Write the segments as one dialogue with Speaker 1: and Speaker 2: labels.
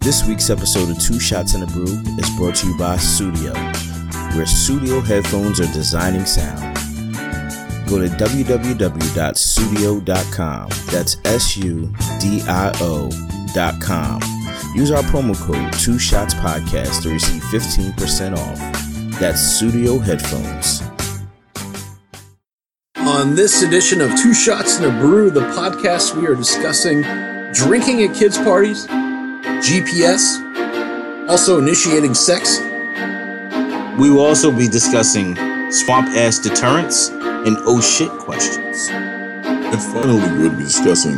Speaker 1: This week's episode of Two Shots in a Brew is brought to you by Studio, where studio headphones are designing sound. Go to www.studio.com. That's S U D I O.com. Use our promo code Two Shots Podcast to receive 15% off. That's Studio Headphones.
Speaker 2: On this edition of Two Shots and a Brew, the podcast, we are discussing drinking at kids' parties, GPS, also initiating sex.
Speaker 3: We will also be discussing swamp ass deterrence and oh shit questions.
Speaker 4: And finally, we'll be discussing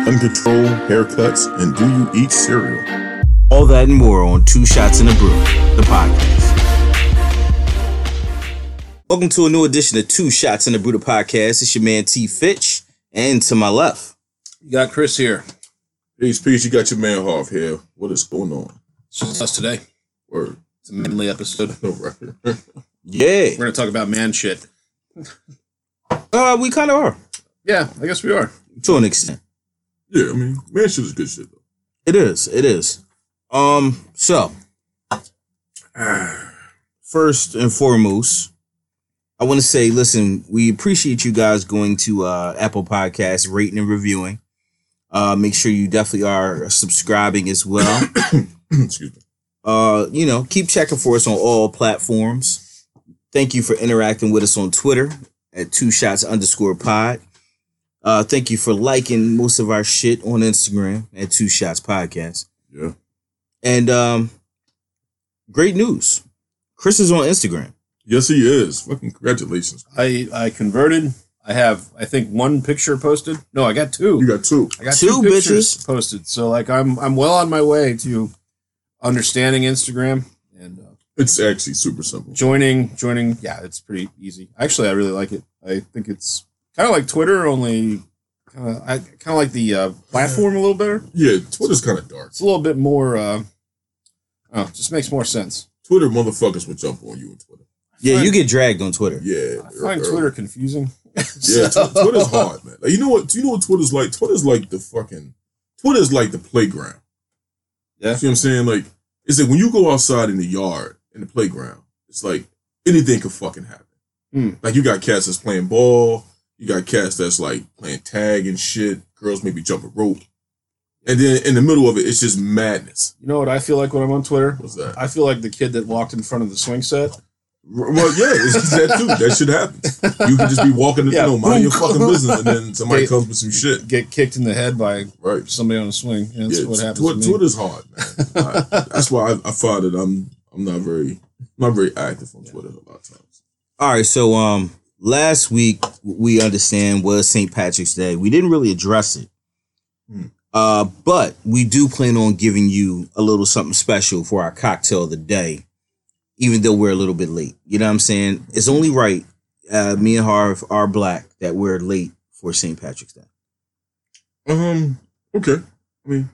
Speaker 4: uncontrolled haircuts and do you eat cereal?
Speaker 3: All that and more on Two Shots in a Brew, the podcast. Welcome to a new edition of Two Shots in a Brew, the podcast. It's your man T Fitch, and to my left,
Speaker 2: You got Chris here.
Speaker 4: Peace, peace. You got your man Hoff here. What is going on?
Speaker 2: It's just us today.
Speaker 4: Word.
Speaker 2: It's a manly episode.
Speaker 4: No record. We're
Speaker 3: yeah,
Speaker 2: We're going to talk about man shit.
Speaker 3: uh, we kind of are
Speaker 2: Yeah, I guess we are.
Speaker 3: to an extent.
Speaker 4: Yeah, I mean, man, shit is good shit though.
Speaker 3: It is, it is. Um, so first and foremost, I want to say, listen, we appreciate you guys going to uh, Apple Podcasts, rating and reviewing. Uh, make sure you definitely are subscribing as well.
Speaker 4: Excuse me.
Speaker 3: uh, you know, keep checking for us on all platforms. Thank you for interacting with us on Twitter at two shots underscore pod. Uh, thank you for liking most of our shit on Instagram at two shots podcast.
Speaker 4: Yeah.
Speaker 3: And um, great news. Chris is on Instagram.
Speaker 4: Yes, he is. Fucking congratulations.
Speaker 2: I, I converted. I have, I think, one picture posted. No, I got two.
Speaker 4: You got two.
Speaker 2: I got
Speaker 3: Two
Speaker 2: two, pictures
Speaker 3: bitches.
Speaker 2: posted. So like I'm I'm well on my way to understanding Instagram and uh,
Speaker 4: It's actually super simple.
Speaker 2: joining joining. Yeah, it's pretty easy. Actually, I really like it. I think it's kind of like Twitter, only kind of I kind of like the uh, platform a little better.
Speaker 4: Yeah, Twitter's kind of dark.
Speaker 2: It's a little bit more. Uh, oh, just makes more sense.
Speaker 4: Twitter motherfuckers will jump on you on Twitter.
Speaker 3: Yeah,
Speaker 2: Fine.
Speaker 3: you get dragged on Twitter.
Speaker 4: Yeah.
Speaker 2: I find
Speaker 4: er- er-
Speaker 2: Twitter confusing.
Speaker 4: Yeah,
Speaker 2: So-
Speaker 4: Tw- Twitter's hard, man. Like, you know what? Do you know what Twitter's like? Twitter's like the fucking Twitter's like the playground.
Speaker 2: Yeah.
Speaker 4: You see what I'm saying? Like, it's like when you go outside in the yard in the playground, it's like anything could fucking happen.
Speaker 2: Hmm.
Speaker 4: Like you got cats that's playing ball, you got cats that's like playing tag and shit. Girls maybe jumping rope, and then in the middle of it, it's just madness.
Speaker 2: You know what I feel like when I'm on Twitter?
Speaker 4: What's that?
Speaker 2: I feel like the kid that walked in front of the swing set.
Speaker 4: R- Well, yeah, it's it's that too. That shit happens. You can just be walking,
Speaker 2: Yeah,
Speaker 4: you know, mind your
Speaker 2: boom.
Speaker 4: fucking business, and then somebody
Speaker 2: They-
Speaker 4: comes with some shit.
Speaker 2: Get kicked in the head by
Speaker 4: Right.
Speaker 2: somebody on a swing. Yeah, that's
Speaker 4: yeah,
Speaker 2: what
Speaker 4: Tw-
Speaker 2: happens.
Speaker 4: Tw-
Speaker 2: to me.
Speaker 4: Twitter's hard, man. I- that's why I, I find that I'm I'm not very not very active on Twitter a lot of times.
Speaker 3: All right, so um, last week we understand was St. Patrick's Day. We didn't really address it,
Speaker 4: Hmm.
Speaker 3: uh, but we do plan on giving you a little something special for our cocktail of the day, even though we're a little bit late. You know what I'm saying? It's only right. Uh, me and Harv are black that we're late for St. Patrick's Day.
Speaker 4: Um. Okay. I mean,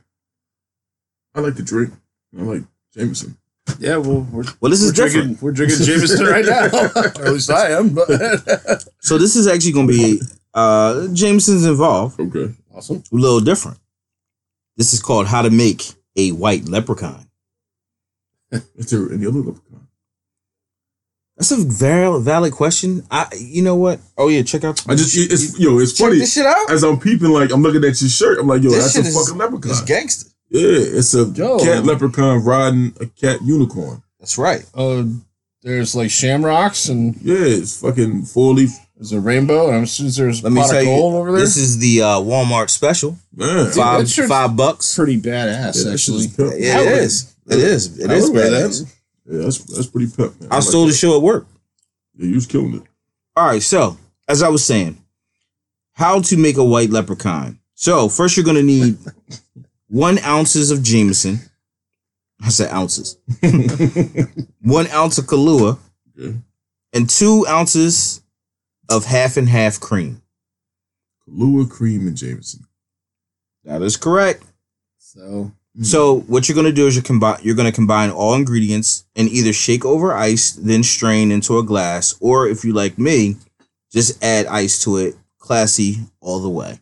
Speaker 4: I like to drink. I like Jameson.
Speaker 2: Yeah, well, we're,
Speaker 3: Well, this
Speaker 2: we're
Speaker 3: is different.
Speaker 2: drinking, we're drinking Jameson right now. or at least I am. But
Speaker 3: So this is actually going to be uh, Jameson's involved.
Speaker 4: Okay.
Speaker 2: awesome.
Speaker 3: A little different. This is called How to Make a White Leprechaun.
Speaker 4: Is there any other leprechaun?
Speaker 3: That's a very valid question. I, you know what? Oh yeah, check out.
Speaker 4: I just it- it's yo, it's
Speaker 3: check
Speaker 4: funny.
Speaker 3: this shit out.
Speaker 4: As I'm peeping, like I'm looking at your shirt, I'm like, yo,
Speaker 3: This
Speaker 4: that's a
Speaker 3: shit is-
Speaker 4: fucking leprechaun.
Speaker 3: It's gangster.
Speaker 4: yeah, it's a
Speaker 2: Yo.
Speaker 4: cat leprechaun riding a cat unicorn.
Speaker 3: That's right.
Speaker 2: Uh, there's like shamrocks and
Speaker 4: Yeah, it's fucking four leaf.
Speaker 2: there's a rainbow. And I'm sure there's
Speaker 3: Let me
Speaker 2: pot of
Speaker 3: tell you,
Speaker 2: gold over there.
Speaker 3: This is the uh, Walmart special.
Speaker 4: Man,
Speaker 2: Fuck,
Speaker 3: Five
Speaker 2: that shirt's-
Speaker 3: five bucks.
Speaker 2: pretty badass,
Speaker 4: Yeah, that shit
Speaker 2: actually.
Speaker 4: is pimp.
Speaker 3: Yeah, it is. It is. It
Speaker 2: I
Speaker 3: is
Speaker 2: would wear
Speaker 3: badass.
Speaker 2: that.
Speaker 4: Yeah, that's that's pretty pep, man.
Speaker 3: I stole the
Speaker 4: shit.
Speaker 3: show at work.
Speaker 4: Yeah, you was killing it.
Speaker 3: All right. So as I was saying, how to make a white leprechaun. So first, you're gonna need one ounces of Jameson. I said ounces. one ounce of Kahlua
Speaker 4: Okay.
Speaker 3: and two ounces of half and half cream.
Speaker 4: Kahlua cream and Jameson.
Speaker 3: That is correct.
Speaker 2: So
Speaker 4: Mm.
Speaker 3: So what you're gonna do is you combine you're gonna combine all ingredients and either shake over ice, then strain into a glass, or if you like me, just add ice to it. Classy all the way.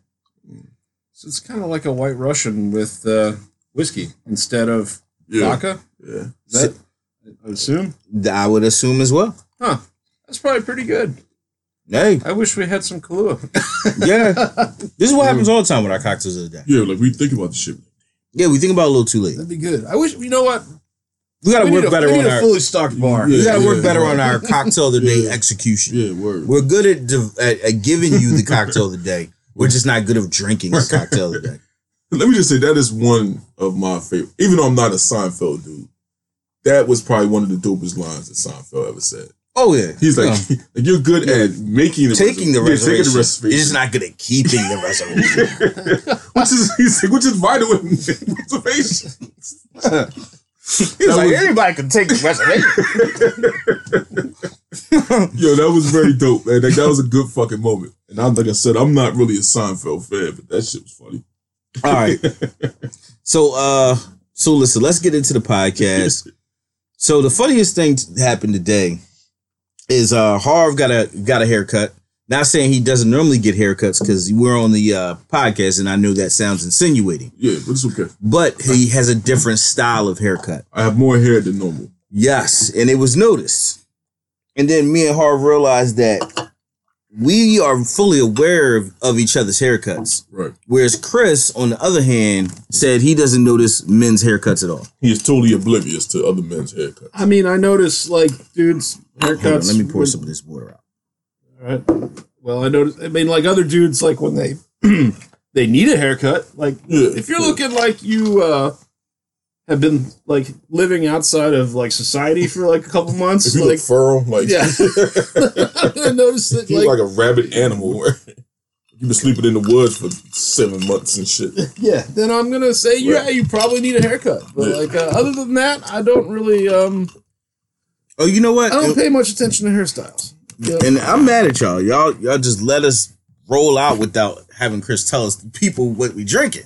Speaker 2: So it's kind of like a White Russian with uh, whiskey instead of
Speaker 4: Yeah.
Speaker 2: vodka.
Speaker 4: yeah.
Speaker 2: Is that, I assume.
Speaker 3: I would assume as well.
Speaker 2: Huh. That's probably pretty good.
Speaker 3: Hey,
Speaker 2: I wish we had some Kahlua.
Speaker 3: yeah. this is what happens all the time with our cocktails of the day.
Speaker 4: Yeah, like we think about this shit.
Speaker 3: Yeah, we think about it a little too late.
Speaker 2: That'd be good. I wish, you know what?
Speaker 3: We gotta
Speaker 2: We need
Speaker 3: work
Speaker 2: a,
Speaker 3: better
Speaker 2: we
Speaker 3: on
Speaker 2: need a
Speaker 3: our
Speaker 2: fully stocked bar.
Speaker 4: Yeah.
Speaker 3: we gotta work
Speaker 4: yeah,
Speaker 3: better
Speaker 4: yeah.
Speaker 3: on our cocktail of the day
Speaker 4: Yeah.
Speaker 3: execution.
Speaker 4: Yeah, word.
Speaker 3: We're good at, div- at, at giving you the cocktail of the day. We're just not good at drinking the cocktail of the day.
Speaker 4: Let me just say that is one of my favorite. Even though I'm not a Seinfeld dude, that was probably one of the dopest lines that Seinfeld ever said.
Speaker 3: Oh yeah,
Speaker 4: He's like,
Speaker 3: Yeah.
Speaker 4: like you're good at making the
Speaker 3: taking the
Speaker 4: reserv- yeah,
Speaker 3: reservation.
Speaker 4: taking the reservation,
Speaker 3: You're just not good at keeping the reservation.
Speaker 4: which is he's like, which is vital in reservation.
Speaker 3: He's
Speaker 4: That
Speaker 3: like
Speaker 4: was-
Speaker 3: anybody can take the reservation.
Speaker 4: Yo, that was very dope, man. Like, that was a good fucking moment. And I, like I said, I'm not really a Seinfeld fan, but that shit was funny.
Speaker 3: all right. So uh, so listen, let's get into the podcast. So the funniest thing t- happened today is uh Harv got a got a haircut. Not saying he doesn't normally get haircuts because we're on the uh, podcast, and I know that sounds insinuating.
Speaker 4: Yeah, but it's okay.
Speaker 3: but he has a different style of haircut.
Speaker 4: I have more hair than normal.
Speaker 3: Yes, and it was noticed. And then me and Harv realized that we are fully aware of, of each other's haircuts.
Speaker 4: Right.
Speaker 3: Whereas Chris, on the other hand, said he doesn't notice men's haircuts at all.
Speaker 4: He is totally oblivious to other men's haircuts.
Speaker 2: I mean, I notice like dudes' haircuts.
Speaker 3: Hold on, let me pour
Speaker 2: when-
Speaker 3: some of this water out.
Speaker 2: All right. Well, I noticed. I mean, like other dudes, like when they they need a haircut. Like
Speaker 4: Yeah.
Speaker 2: if you're looking like you uh, have been like living outside of like society for like a couple months,
Speaker 4: If you
Speaker 2: like
Speaker 4: look furl, like
Speaker 2: yeah, I noticed that
Speaker 4: you look
Speaker 2: like
Speaker 4: like a rabid animal. You've been sleeping in the woods for seven months and shit.
Speaker 2: yeah. Then I'm gonna say yeah, you probably need a haircut. But
Speaker 4: Yeah.
Speaker 2: like uh, other than that, I don't really um
Speaker 3: Oh, you know what?
Speaker 2: I don't
Speaker 3: And,
Speaker 2: pay much attention to hairstyles. Yeah.
Speaker 3: and I'm mad at y'all. Y'all, y'all just let us roll out without having Chris tell us the people what we drinking.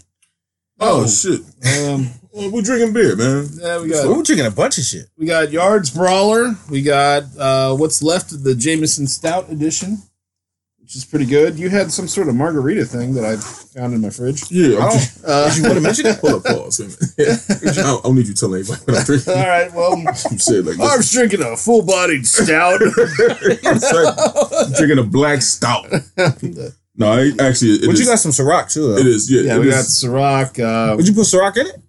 Speaker 4: Oh, shit.
Speaker 2: Um,
Speaker 4: Well, we're drinking beer, man.
Speaker 2: yeah, we
Speaker 3: So
Speaker 2: got
Speaker 3: we're drinking a bunch of shit.
Speaker 2: we got Yards Brawler. We got uh, what's left of the Jameson Stout edition, which is pretty good. You had some sort of margarita thing that I found in my fridge.
Speaker 4: Yeah, I'm just,
Speaker 2: Uh,
Speaker 4: you want to mention that? Hold up, pause. Wait a minute. I, don't, I don't need you telling anybody what I'm drinking.
Speaker 2: all right, well,
Speaker 4: You said like this.
Speaker 2: Marv's drinking a full-bodied stout.
Speaker 4: I'm drinking a black stout. No, I, actually, it
Speaker 3: But
Speaker 4: is-
Speaker 3: you got some Ciroc too.
Speaker 4: It
Speaker 3: Though.
Speaker 4: is, yeah.
Speaker 2: yeah,
Speaker 4: it
Speaker 2: we
Speaker 4: is-
Speaker 2: got Ciroc. Uh,
Speaker 3: Would you put Ciroc in it?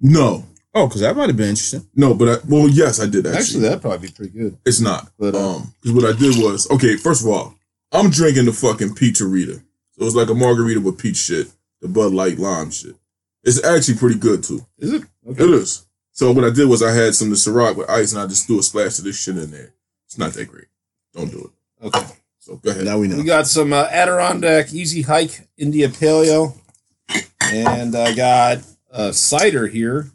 Speaker 4: no,
Speaker 3: Oh, because that might have been interesting.
Speaker 4: no, but I, well, yes, I did actually.
Speaker 2: actually, that'd probably be pretty good.
Speaker 4: it's not.
Speaker 2: But, uh,
Speaker 4: um, because what I did was okay. First of all, I'm drinking the fucking peacharita. So it's like a margarita with peach shit, the Bud Light lime shit. It's actually pretty good too.
Speaker 2: Is it?
Speaker 4: It is. So what I did was I had some of the Ciroc with ice, and I just threw a splash of this shit in there. It's not that great. Don't do it.
Speaker 2: Okay.
Speaker 4: So go ahead.
Speaker 3: Now we
Speaker 2: We got some uh, Adirondack Easy Hike India Paleo, and I got uh, cider here.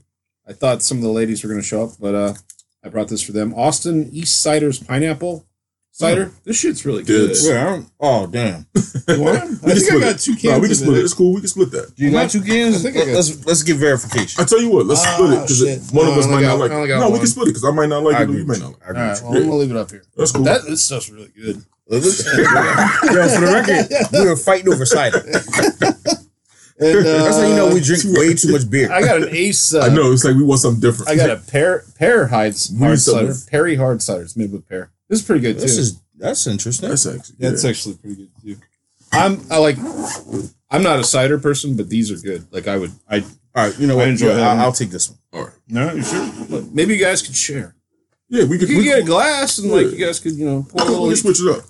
Speaker 2: I thought some of the ladies were going to show up, but uh, I brought this for them. Austin East Cider's Pineapple Cider. This shit's really good.
Speaker 4: Dudes.
Speaker 3: Wait, I don't, oh damn!
Speaker 2: You want it? I think I got two
Speaker 4: No,
Speaker 2: cans.
Speaker 4: we can
Speaker 2: of
Speaker 4: split it.
Speaker 2: it.
Speaker 4: It's cool. We can split that.
Speaker 3: Do you got two
Speaker 2: I
Speaker 3: cans?
Speaker 2: think I got-
Speaker 3: Let's let's get verification.
Speaker 4: I tell you what, let's
Speaker 2: Ah,
Speaker 4: split it because
Speaker 2: shit.
Speaker 4: one
Speaker 2: No,
Speaker 4: of us
Speaker 2: I
Speaker 4: might
Speaker 2: only got-
Speaker 4: not like
Speaker 2: I
Speaker 4: it.
Speaker 2: only got
Speaker 4: No, we
Speaker 2: one.
Speaker 4: can split it because I might not like
Speaker 3: I
Speaker 4: it, or
Speaker 3: agree
Speaker 4: you
Speaker 3: with
Speaker 4: might not like it.
Speaker 3: I
Speaker 2: All
Speaker 3: agree
Speaker 2: right,
Speaker 3: with you.
Speaker 2: well, I'm going to leave it up here.
Speaker 4: That's cool.
Speaker 2: That, this stuff's really good.
Speaker 3: Yo, for the record, we were fighting over cider.
Speaker 2: And, uh,
Speaker 3: That's how you know we drink way too much beer.
Speaker 2: I got an ace. Uh,
Speaker 4: I know it's like we want something different.
Speaker 2: I got a pear pear hides
Speaker 4: We
Speaker 2: hard
Speaker 4: used to-
Speaker 2: cider. Perry hard cider. It's made with pear. This is pretty good too.
Speaker 3: This is that's interesting.
Speaker 4: That's actually.
Speaker 2: Yeah, it's actually pretty good too. I'm I like I'm not a cider person, but these are good. Like I would I
Speaker 3: All right, you know
Speaker 2: I
Speaker 3: what?
Speaker 2: enjoy
Speaker 3: Yeah,
Speaker 2: that one.
Speaker 3: I'll, I'll take this one.
Speaker 4: All right.
Speaker 2: no sure. Look, maybe you guys could share.
Speaker 4: Yeah, we
Speaker 2: You
Speaker 4: could.
Speaker 2: could
Speaker 4: we
Speaker 2: get a
Speaker 4: could-
Speaker 2: glass and like you guys could you know pour a
Speaker 4: we
Speaker 2: little.
Speaker 4: can switch it up.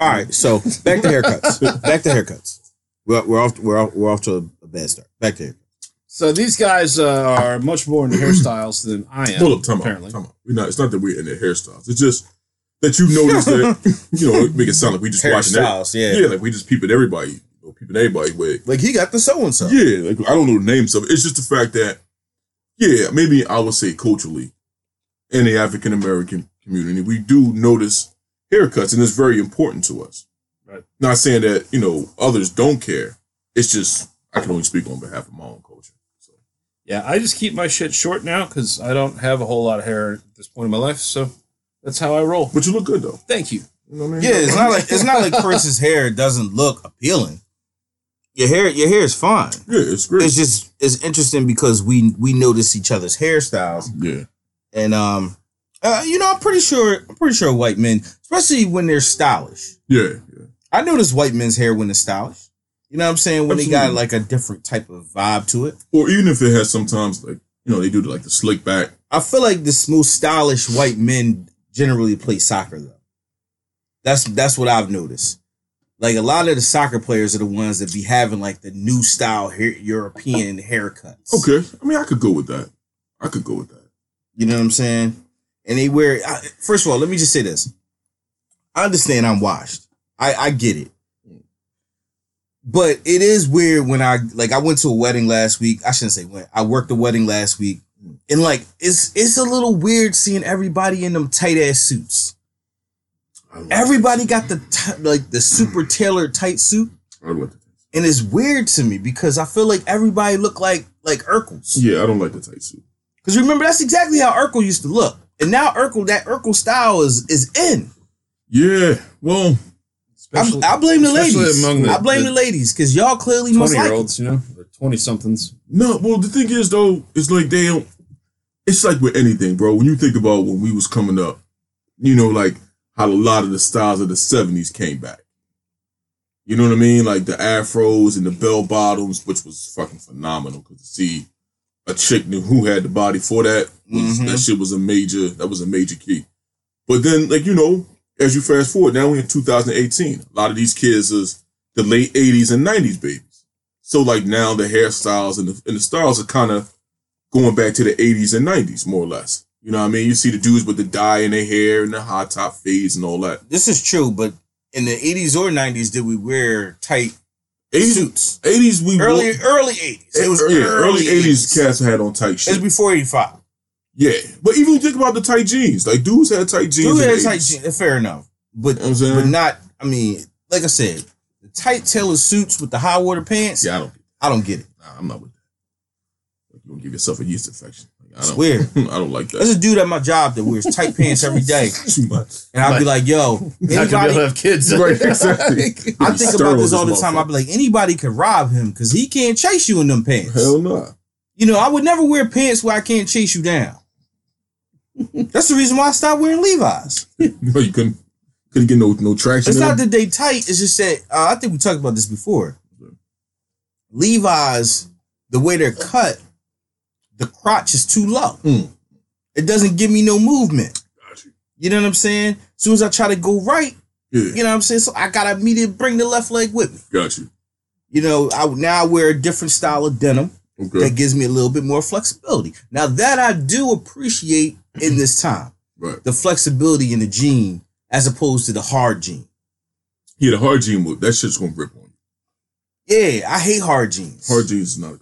Speaker 3: All right, so back to haircuts. back to haircuts. We're, we're off. We're off, we're off to a bad start. Back to haircuts.
Speaker 2: So these guys uh, are much more into hairstyles than I am.
Speaker 4: Hold up, time
Speaker 2: apparently.
Speaker 4: out. Time out. We're not. It's not that we're in their hairstyles. It's just that you notice that you know make it sound like we just watching that.
Speaker 3: Hairstyles, yeah.
Speaker 4: Yeah, like we just peeping everybody, you know, peeping everybody wig.
Speaker 3: Like he got the so and so.
Speaker 4: Yeah, like I don't know the names of it. It's just the fact that, yeah, maybe I would say culturally, in the African American community, we do notice haircuts, and it's very important to us.
Speaker 2: Right.
Speaker 4: Not saying that you know others don't care. It's just I can only speak on behalf of my own culture. So
Speaker 2: Yeah, I just keep my shit short now because I don't have a whole lot of hair at this point in my life. So that's how I roll.
Speaker 4: But you look good though.
Speaker 2: Thank you.
Speaker 4: You know what I mean?
Speaker 3: Yeah, it's not like it's not like Chris's hair doesn't look appealing. Your hair, your hair is fine.
Speaker 4: Yeah, it's great.
Speaker 3: It's just it's interesting because we we notice each other's hairstyles,
Speaker 4: yeah,
Speaker 3: and um, uh, you know, I'm pretty sure I'm pretty sure white men, especially when they're stylish.
Speaker 4: yeah, yeah.
Speaker 3: I notice white men's hair when it's stylish. You know what I'm saying? When they got
Speaker 4: Absolutely.
Speaker 3: like a different type of vibe to it.
Speaker 4: Or even if it has sometimes like you know they do like the slick back.
Speaker 3: I feel like the most stylish white men generally play soccer though. That's that's what I've noticed. Like a lot of the soccer players are the ones that be having like the new style hair, European haircuts.
Speaker 4: Okay, I mean I could go with that. I could go with that.
Speaker 3: You know what I'm saying? And they wear. I, first of all, let me just say this. I understand I'm washed. I I get it. But it is weird when I like I went to a wedding last week. I shouldn't say went. I worked a wedding last week, and like it's it's a little weird seeing everybody in them tight ass suits.
Speaker 4: I like,
Speaker 3: Everybody got the t- like the super tailored tight suit,
Speaker 4: I like the tight
Speaker 3: and it's weird to me because I feel like everybody look like like Urkels.
Speaker 4: suit. Yeah, I don't like the tight suit.
Speaker 3: Because remember, that's exactly how Urkel used to look. And now Urkel, that Urkel style is is in.
Speaker 4: Yeah, well,
Speaker 3: I, I blame the
Speaker 2: especially
Speaker 3: ladies.
Speaker 2: among the-
Speaker 3: I blame the,
Speaker 2: the
Speaker 3: ladies because y'all clearly must like. It.
Speaker 2: Twenty-year-olds, you know, or twenty-somethings.
Speaker 4: no, well the thing is though, it's like they don't. It's like with anything, bro. When you think about when we was coming up, you know, like how a lot of the styles of the '70s came back. You know what I mean? Like the afros and the bell bottoms, which was fucking phenomenal. Because to see a chick knew who had the body for that, was,
Speaker 3: Mhm.
Speaker 4: that shit was a major. That was a major key. But then, like you know, as you fast forward, now we're in 2018. A lot of these kids is the late 80s and 90s babies. So like now the hairstyles and the, and the styles are kind of going back to the 80s and 90s more or less. You know what I mean? You see the dudes with the dye in their hair and the high top fades and all that.
Speaker 3: This is true, but in the eighties or nineties, did we wear tight
Speaker 4: 80s,
Speaker 3: suits?
Speaker 4: 80s we wore-
Speaker 3: Early early eighties. It was
Speaker 4: yeah,
Speaker 3: early
Speaker 4: eighties.
Speaker 3: eighties. It
Speaker 4: Cats had on tight shit.
Speaker 3: was before eighty five.
Speaker 4: yeah, but even think about the tight jeans. Like dudes had tight jeans.
Speaker 3: Dude
Speaker 4: in
Speaker 3: had
Speaker 4: the
Speaker 3: tight
Speaker 4: 80s.
Speaker 3: jeans. Fair enough, but
Speaker 4: You know what I'm
Speaker 3: but
Speaker 4: saying?
Speaker 3: not. I mean, like I said, the tight tailored suits with the high water pants.
Speaker 4: yeah, I don't.
Speaker 3: I don't get it.
Speaker 4: Nah, I'm not with that. Like, you gonna give yourself a yeast infection. Like, I
Speaker 3: It's
Speaker 4: don't.
Speaker 3: weird.
Speaker 4: I don't like that.
Speaker 3: There's a dude at my job that wears tight pants every day.
Speaker 4: Too much.
Speaker 3: And I'd be like, yo,
Speaker 2: Not gonna be able to
Speaker 3: anybody,
Speaker 2: have kids.
Speaker 4: Right, exactly.
Speaker 3: I think
Speaker 4: Sterile
Speaker 3: about this all the
Speaker 4: as
Speaker 3: time.
Speaker 4: motherfucker.
Speaker 3: I'd be like, anybody could rob him because he can't chase you in them pants.
Speaker 4: Hell no.
Speaker 3: You know, I would never wear pants where I can't chase you down. That's the reason why I stopped wearing Levi's.
Speaker 4: No, you couldn't. Couldn't get no no traction.
Speaker 3: It's
Speaker 4: in
Speaker 3: not
Speaker 4: them.
Speaker 3: that they tight, it's just that uh, I think we talked about this before. Levi's, the way they're cut, the crotch is too low.
Speaker 4: Mm.
Speaker 3: It doesn't give me no movement.
Speaker 4: Got you.
Speaker 3: You know what I'm saying? As soon as I try to go right,
Speaker 4: Yeah,
Speaker 3: You know what I'm saying? So I gotta immediately bring the left leg with me.
Speaker 4: got you.
Speaker 3: You know, I now I wear a different style of denim
Speaker 4: Okay,
Speaker 3: that gives me a little bit more flexibility. Now that I do appreciate in this time,
Speaker 4: right.
Speaker 3: the flexibility in the jean as opposed to the hard jean.
Speaker 4: Yeah, the hard jean would. That shit's gonna rip on you.
Speaker 3: Yeah, I hate hard jeans.
Speaker 4: Hard jeans is not. A,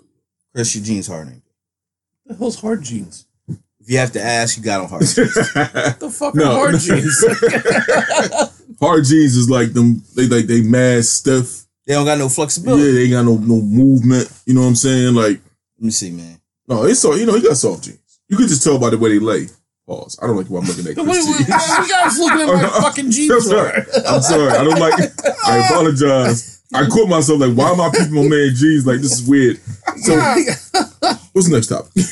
Speaker 3: Chris, your jeans hard. ain't it?
Speaker 2: the hell's hard jeans?
Speaker 3: If you have to ask, you got on hard. jeans.
Speaker 2: What the fuck
Speaker 4: No,
Speaker 2: are hard
Speaker 4: no.
Speaker 2: jeans?
Speaker 4: hard jeans is like them. They like they mad stiff.
Speaker 3: they don't got no
Speaker 4: Yeah,
Speaker 3: flexibility.
Speaker 4: they ain't got no no movement. You know what I'm saying? Like
Speaker 3: Let me see, man.
Speaker 4: no, it's all you know. He got soft jeans. You could just tell by the way they lay. Pause. I don't like why I'm looking at
Speaker 2: Wait, wait,
Speaker 4: Chris
Speaker 2: you
Speaker 4: jeans.
Speaker 2: guys looking at my
Speaker 4: Oh, no.
Speaker 2: fucking
Speaker 4: I'm
Speaker 2: jeans?
Speaker 4: sorry. I'm sorry. I don't like. I apologize. I caught myself like, why am I peeping my man jeans? Like this is weird. So what's the next topic? You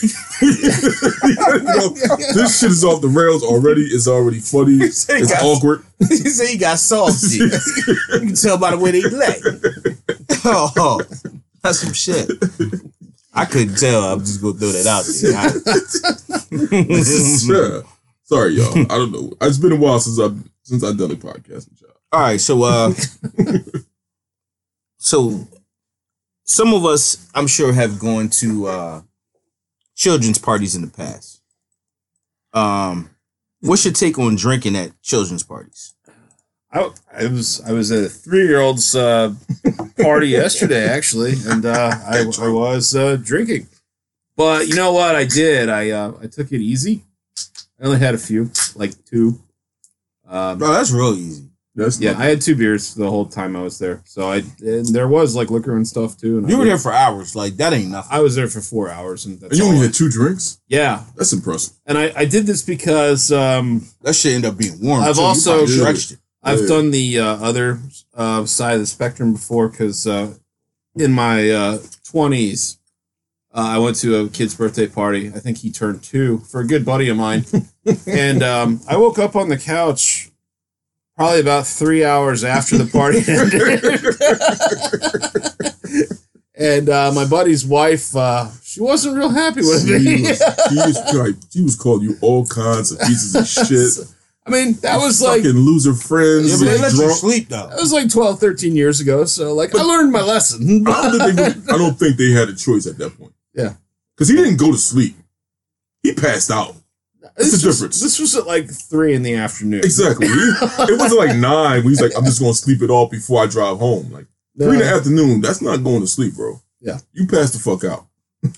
Speaker 4: know, this shit is off the rails already. It's already funny. It's
Speaker 3: say guys-
Speaker 4: awkward.
Speaker 3: you say you got soft jeans. you can tell by the way they lay. oh, that's some shit. I couldn't tell. I'm just gonna throw that out there.
Speaker 4: yeah. Sorry, y'all. I don't know. It's been a while since I've since I've done a podcast with y'all.
Speaker 3: All right, so uh, so some of us, I'm sure, have gone to uh children's parties in the past. Um, what's your take on drinking at children's parties?
Speaker 2: I, I was I was at a three year old's uh, party yesterday actually, and uh, I, I was uh, drinking. But you know what I did? I uh, I took it easy. I only had a few, like two. Um,
Speaker 3: Bro, that's real easy.
Speaker 4: That's
Speaker 2: yeah,
Speaker 4: yeah.
Speaker 2: I had two beers the whole time I was there. So I and there was like liquor and stuff too. And I
Speaker 3: You were
Speaker 2: was-
Speaker 3: there for hours. Like that ain't nothing.
Speaker 2: I was there for four hours, and that's
Speaker 4: and you
Speaker 2: all.
Speaker 4: only had two drinks.
Speaker 2: yeah.
Speaker 4: That's impressive.
Speaker 2: And I, I did this because um,
Speaker 3: That shit end up being warm.
Speaker 2: I've
Speaker 3: too. You
Speaker 2: also-
Speaker 3: probably
Speaker 4: Dude.
Speaker 3: stretched it.
Speaker 2: I've
Speaker 4: Yeah.
Speaker 2: done the uh, other uh, side of the spectrum before because uh, in my twenties, uh, I went to a kid's birthday party. I think he turned two for a good buddy of mine, and um, I woke up on the couch probably about three hours after the party ended. and uh, my buddy's wife, uh, she wasn't real happy with
Speaker 4: She
Speaker 2: me.
Speaker 4: was, she was like, she was calling you all kinds of pieces of shit.
Speaker 2: I mean, that was like
Speaker 4: fucking loser friends.
Speaker 3: but they
Speaker 4: like,
Speaker 3: let you
Speaker 4: drunk.
Speaker 3: sleep though.
Speaker 2: that was like 12, 13 years ago. So like, I learned my lesson.
Speaker 4: I don't think they really- I don't think they had a choice at that point.
Speaker 2: Yeah.
Speaker 4: because he didn't go to sleep. He passed out.
Speaker 2: This
Speaker 4: the
Speaker 2: was-
Speaker 4: difference.
Speaker 2: This was at like three in the afternoon.
Speaker 4: Exactly. He- it wasn't like nine. When he's like, I'm just gonna sleep it off before I drive home. Like
Speaker 2: No.
Speaker 4: three in the afternoon. That's not going to sleep, bro.
Speaker 2: Yeah.
Speaker 4: you passed the fuck out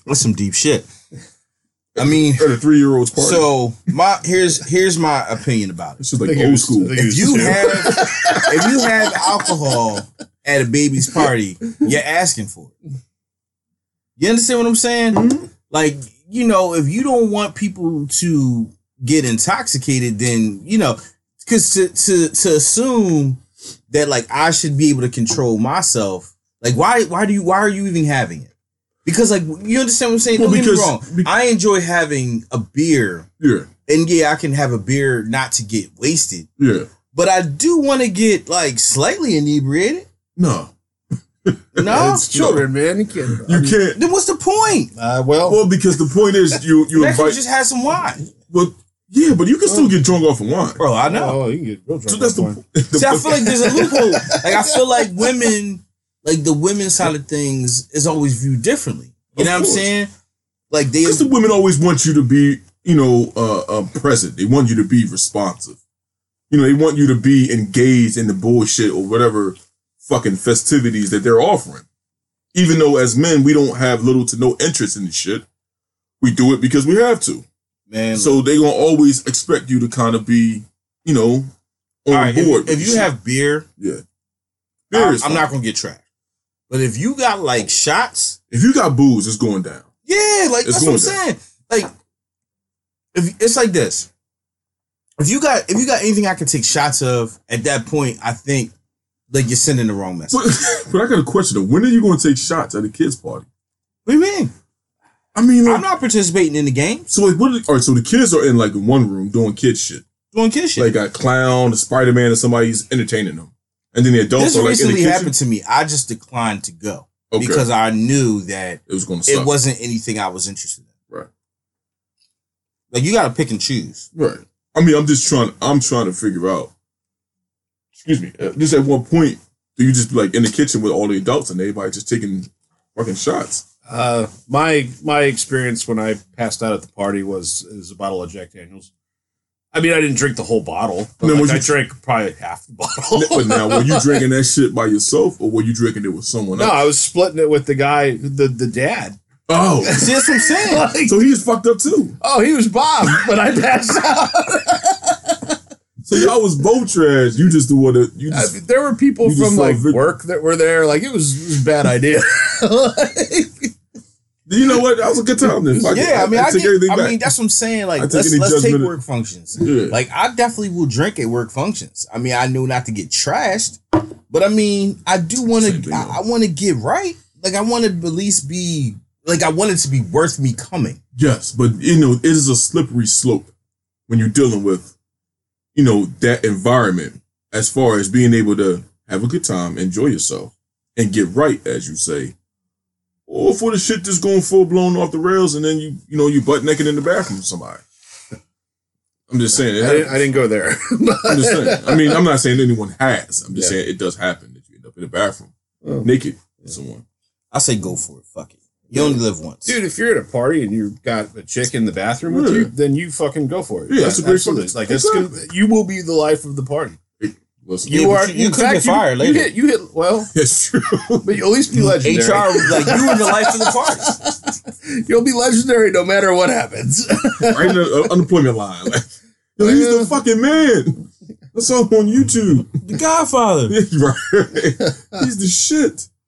Speaker 3: That's some deep shit. I mean,
Speaker 4: at a three year old's party.
Speaker 3: so my here's here's my opinion about it.
Speaker 4: it's just
Speaker 2: I
Speaker 4: like
Speaker 2: think it
Speaker 4: old
Speaker 2: was-
Speaker 4: school.
Speaker 2: I think it
Speaker 3: If
Speaker 2: was
Speaker 3: you
Speaker 2: two.
Speaker 3: have if you have alcohol at a baby's party, you're asking for it. You understand what I'm saying?
Speaker 4: Mm-hmm.
Speaker 3: Like, you know, if you don't want people to get intoxicated, then you know, because to to to assume that like I should be able to control myself, like why why do you why are you even having it? Because like you understand what I'm saying?
Speaker 4: Well,
Speaker 3: don't
Speaker 4: because-
Speaker 3: get me
Speaker 4: be-
Speaker 3: wrong. I enjoy having a beer,
Speaker 4: Yeah,
Speaker 3: and yeah, I can have a beer not to get wasted
Speaker 4: yeah.
Speaker 3: but I do want to get like slightly inebriated.
Speaker 4: No,
Speaker 3: No,
Speaker 2: it's Oh, children, man. You can't.
Speaker 4: you can't.
Speaker 3: Then what's the point?
Speaker 2: Uh, well,
Speaker 4: Well, because the point is, you you
Speaker 3: Next one,
Speaker 4: invite.
Speaker 3: just had some wine,
Speaker 4: Well, yeah, but you can still get drunk off of wine.
Speaker 3: bro. I know.
Speaker 2: oh, you can get real drunk.
Speaker 4: So that's
Speaker 2: at one.
Speaker 4: the. the
Speaker 3: See, I feel like there's a loophole. Like I feel like women, like the women side of things, is always viewed differently. You
Speaker 4: Of
Speaker 3: know what I'm
Speaker 4: course.
Speaker 3: saying? Like they,
Speaker 4: Because the women always want you to be, you know, uh, uh, present. They want you to be responsive. You know, they want you to be engaged in the bullshit or whatever fucking festivities that they're offering. Even though as men, we don't have little to no interest in the shit. We do it because we have to.
Speaker 3: man.
Speaker 4: So they gonna always expect you to kind of be, you know,
Speaker 3: all
Speaker 4: on
Speaker 3: right, if-
Speaker 4: board.
Speaker 3: if,
Speaker 4: with
Speaker 3: you
Speaker 4: shit.
Speaker 3: have beer,
Speaker 4: Beer
Speaker 3: I-
Speaker 4: is
Speaker 3: I'm
Speaker 4: fine.
Speaker 3: not gonna get trapped. But if you got like shots,
Speaker 4: if you got booze, it's going down.
Speaker 3: Yeah, like that's
Speaker 4: It's
Speaker 3: what I'm saying.
Speaker 4: going
Speaker 3: Like, if it's like this, if you got if you got anything I can take shots of at that point, I think like you're sending the wrong message.
Speaker 4: But, but I got a question though. When are you gonna take shots at a kids party?
Speaker 3: What do you mean?
Speaker 4: I mean, like,
Speaker 3: I'm not participating in the game.
Speaker 4: So like, what? Are, all right, so the kids are in like one room doing kid shit.
Speaker 3: Doing kid shit.
Speaker 4: Like a clown, a Spider Man, and somebody's entertaining them, and then the adults
Speaker 3: this
Speaker 4: are like in the
Speaker 3: recently
Speaker 4: kitchen.
Speaker 3: happened to me. I just declined to go
Speaker 4: okay,
Speaker 3: because I knew that
Speaker 4: it was going to
Speaker 3: it
Speaker 4: stop.
Speaker 3: wasn't anything I was interested in.
Speaker 4: Right.
Speaker 3: Like you got to pick and choose.
Speaker 4: right. I mean, I'm just trying. I'm trying to figure out. Excuse me. uh, Just at one point, do you just be like in the kitchen with all the adults and everybody just taking fucking shots?
Speaker 2: Uh, my my experience when I passed out at the party was is a bottle of Jack Daniels. I mean, I didn't drink the whole bottle. But
Speaker 4: No,
Speaker 2: like,
Speaker 4: would you-
Speaker 2: I drank probably half the bottle.
Speaker 4: but now, were you drinking that shit by yourself or were you drinking it with someone
Speaker 2: no,
Speaker 4: else?
Speaker 2: I was splitting it with the guy, the the dad.
Speaker 4: Oh,
Speaker 3: See, that's what I'm saying.
Speaker 2: Like,
Speaker 4: so he's fucked up too.
Speaker 2: oh, he was Bob, but I passed out.
Speaker 4: So y'all was both trash. You just the one that you
Speaker 2: I
Speaker 4: just
Speaker 2: mean, there were people
Speaker 4: You just
Speaker 2: from
Speaker 4: saw a
Speaker 2: like
Speaker 4: vid-
Speaker 2: work that were there. Like, it was, it was a bad idea. Like,
Speaker 4: You know what? That was a good time then. Fuck it.
Speaker 3: Yeah, I mean, I,
Speaker 4: take
Speaker 3: get-
Speaker 4: everything
Speaker 3: I
Speaker 4: back.
Speaker 3: mean, that's what I'm saying. Like,
Speaker 4: I take
Speaker 3: let's,
Speaker 4: any
Speaker 3: let's take
Speaker 4: judgment-
Speaker 3: work functions.
Speaker 4: Yeah.
Speaker 3: Like, I definitely will drink at work functions. I mean, I know not to get trashed, but I mean, I do want to.
Speaker 4: Same thing, though.
Speaker 3: I, I want to get right. Like, I want to at least be. Like, I want it to be worth me coming.
Speaker 4: yes, but you know, it is a slippery slope when you're dealing with, you know, that environment as far as being able to have a good time, enjoy yourself, and get right, as you say. Or for the shit that's going full blown off the rails and then you you know you butt naked in the bathroom with somebody. I'm just saying it
Speaker 2: I, didn't, I
Speaker 4: happens.
Speaker 2: didn't go there.
Speaker 4: I'm just saying. I mean, I'm not saying anyone has. I'm just
Speaker 2: Yeah.
Speaker 4: saying it does happen that you end up in the bathroom
Speaker 2: Oh.
Speaker 4: naked with someone.
Speaker 3: I say go for it. Fuck it. You only live once.
Speaker 2: Dude, if you're at a party and you've got a chick in the bathroom with
Speaker 4: Yeah.
Speaker 2: you, then you fucking go for it.
Speaker 4: Yeah, that's a great
Speaker 2: Absolutely.
Speaker 4: point.
Speaker 2: Like that's gonna, you will be the life of the party.
Speaker 4: Listen,
Speaker 3: Yeah,
Speaker 2: You
Speaker 3: but
Speaker 2: are.
Speaker 3: you- you
Speaker 2: in
Speaker 3: could
Speaker 2: fact,
Speaker 3: get
Speaker 2: you-
Speaker 3: fired
Speaker 2: you,
Speaker 3: later.
Speaker 2: hit, you hit well,
Speaker 4: That's true.
Speaker 2: but you'll at least be legendary.
Speaker 3: HR was like you were the life of the party.
Speaker 2: You'll be legendary no matter what happens.
Speaker 4: right in the uh, unemployment line. Like, yo, he's the fucking man. That's all on YouTube.
Speaker 3: The Godfather.
Speaker 4: Yeah, right. he's the shit.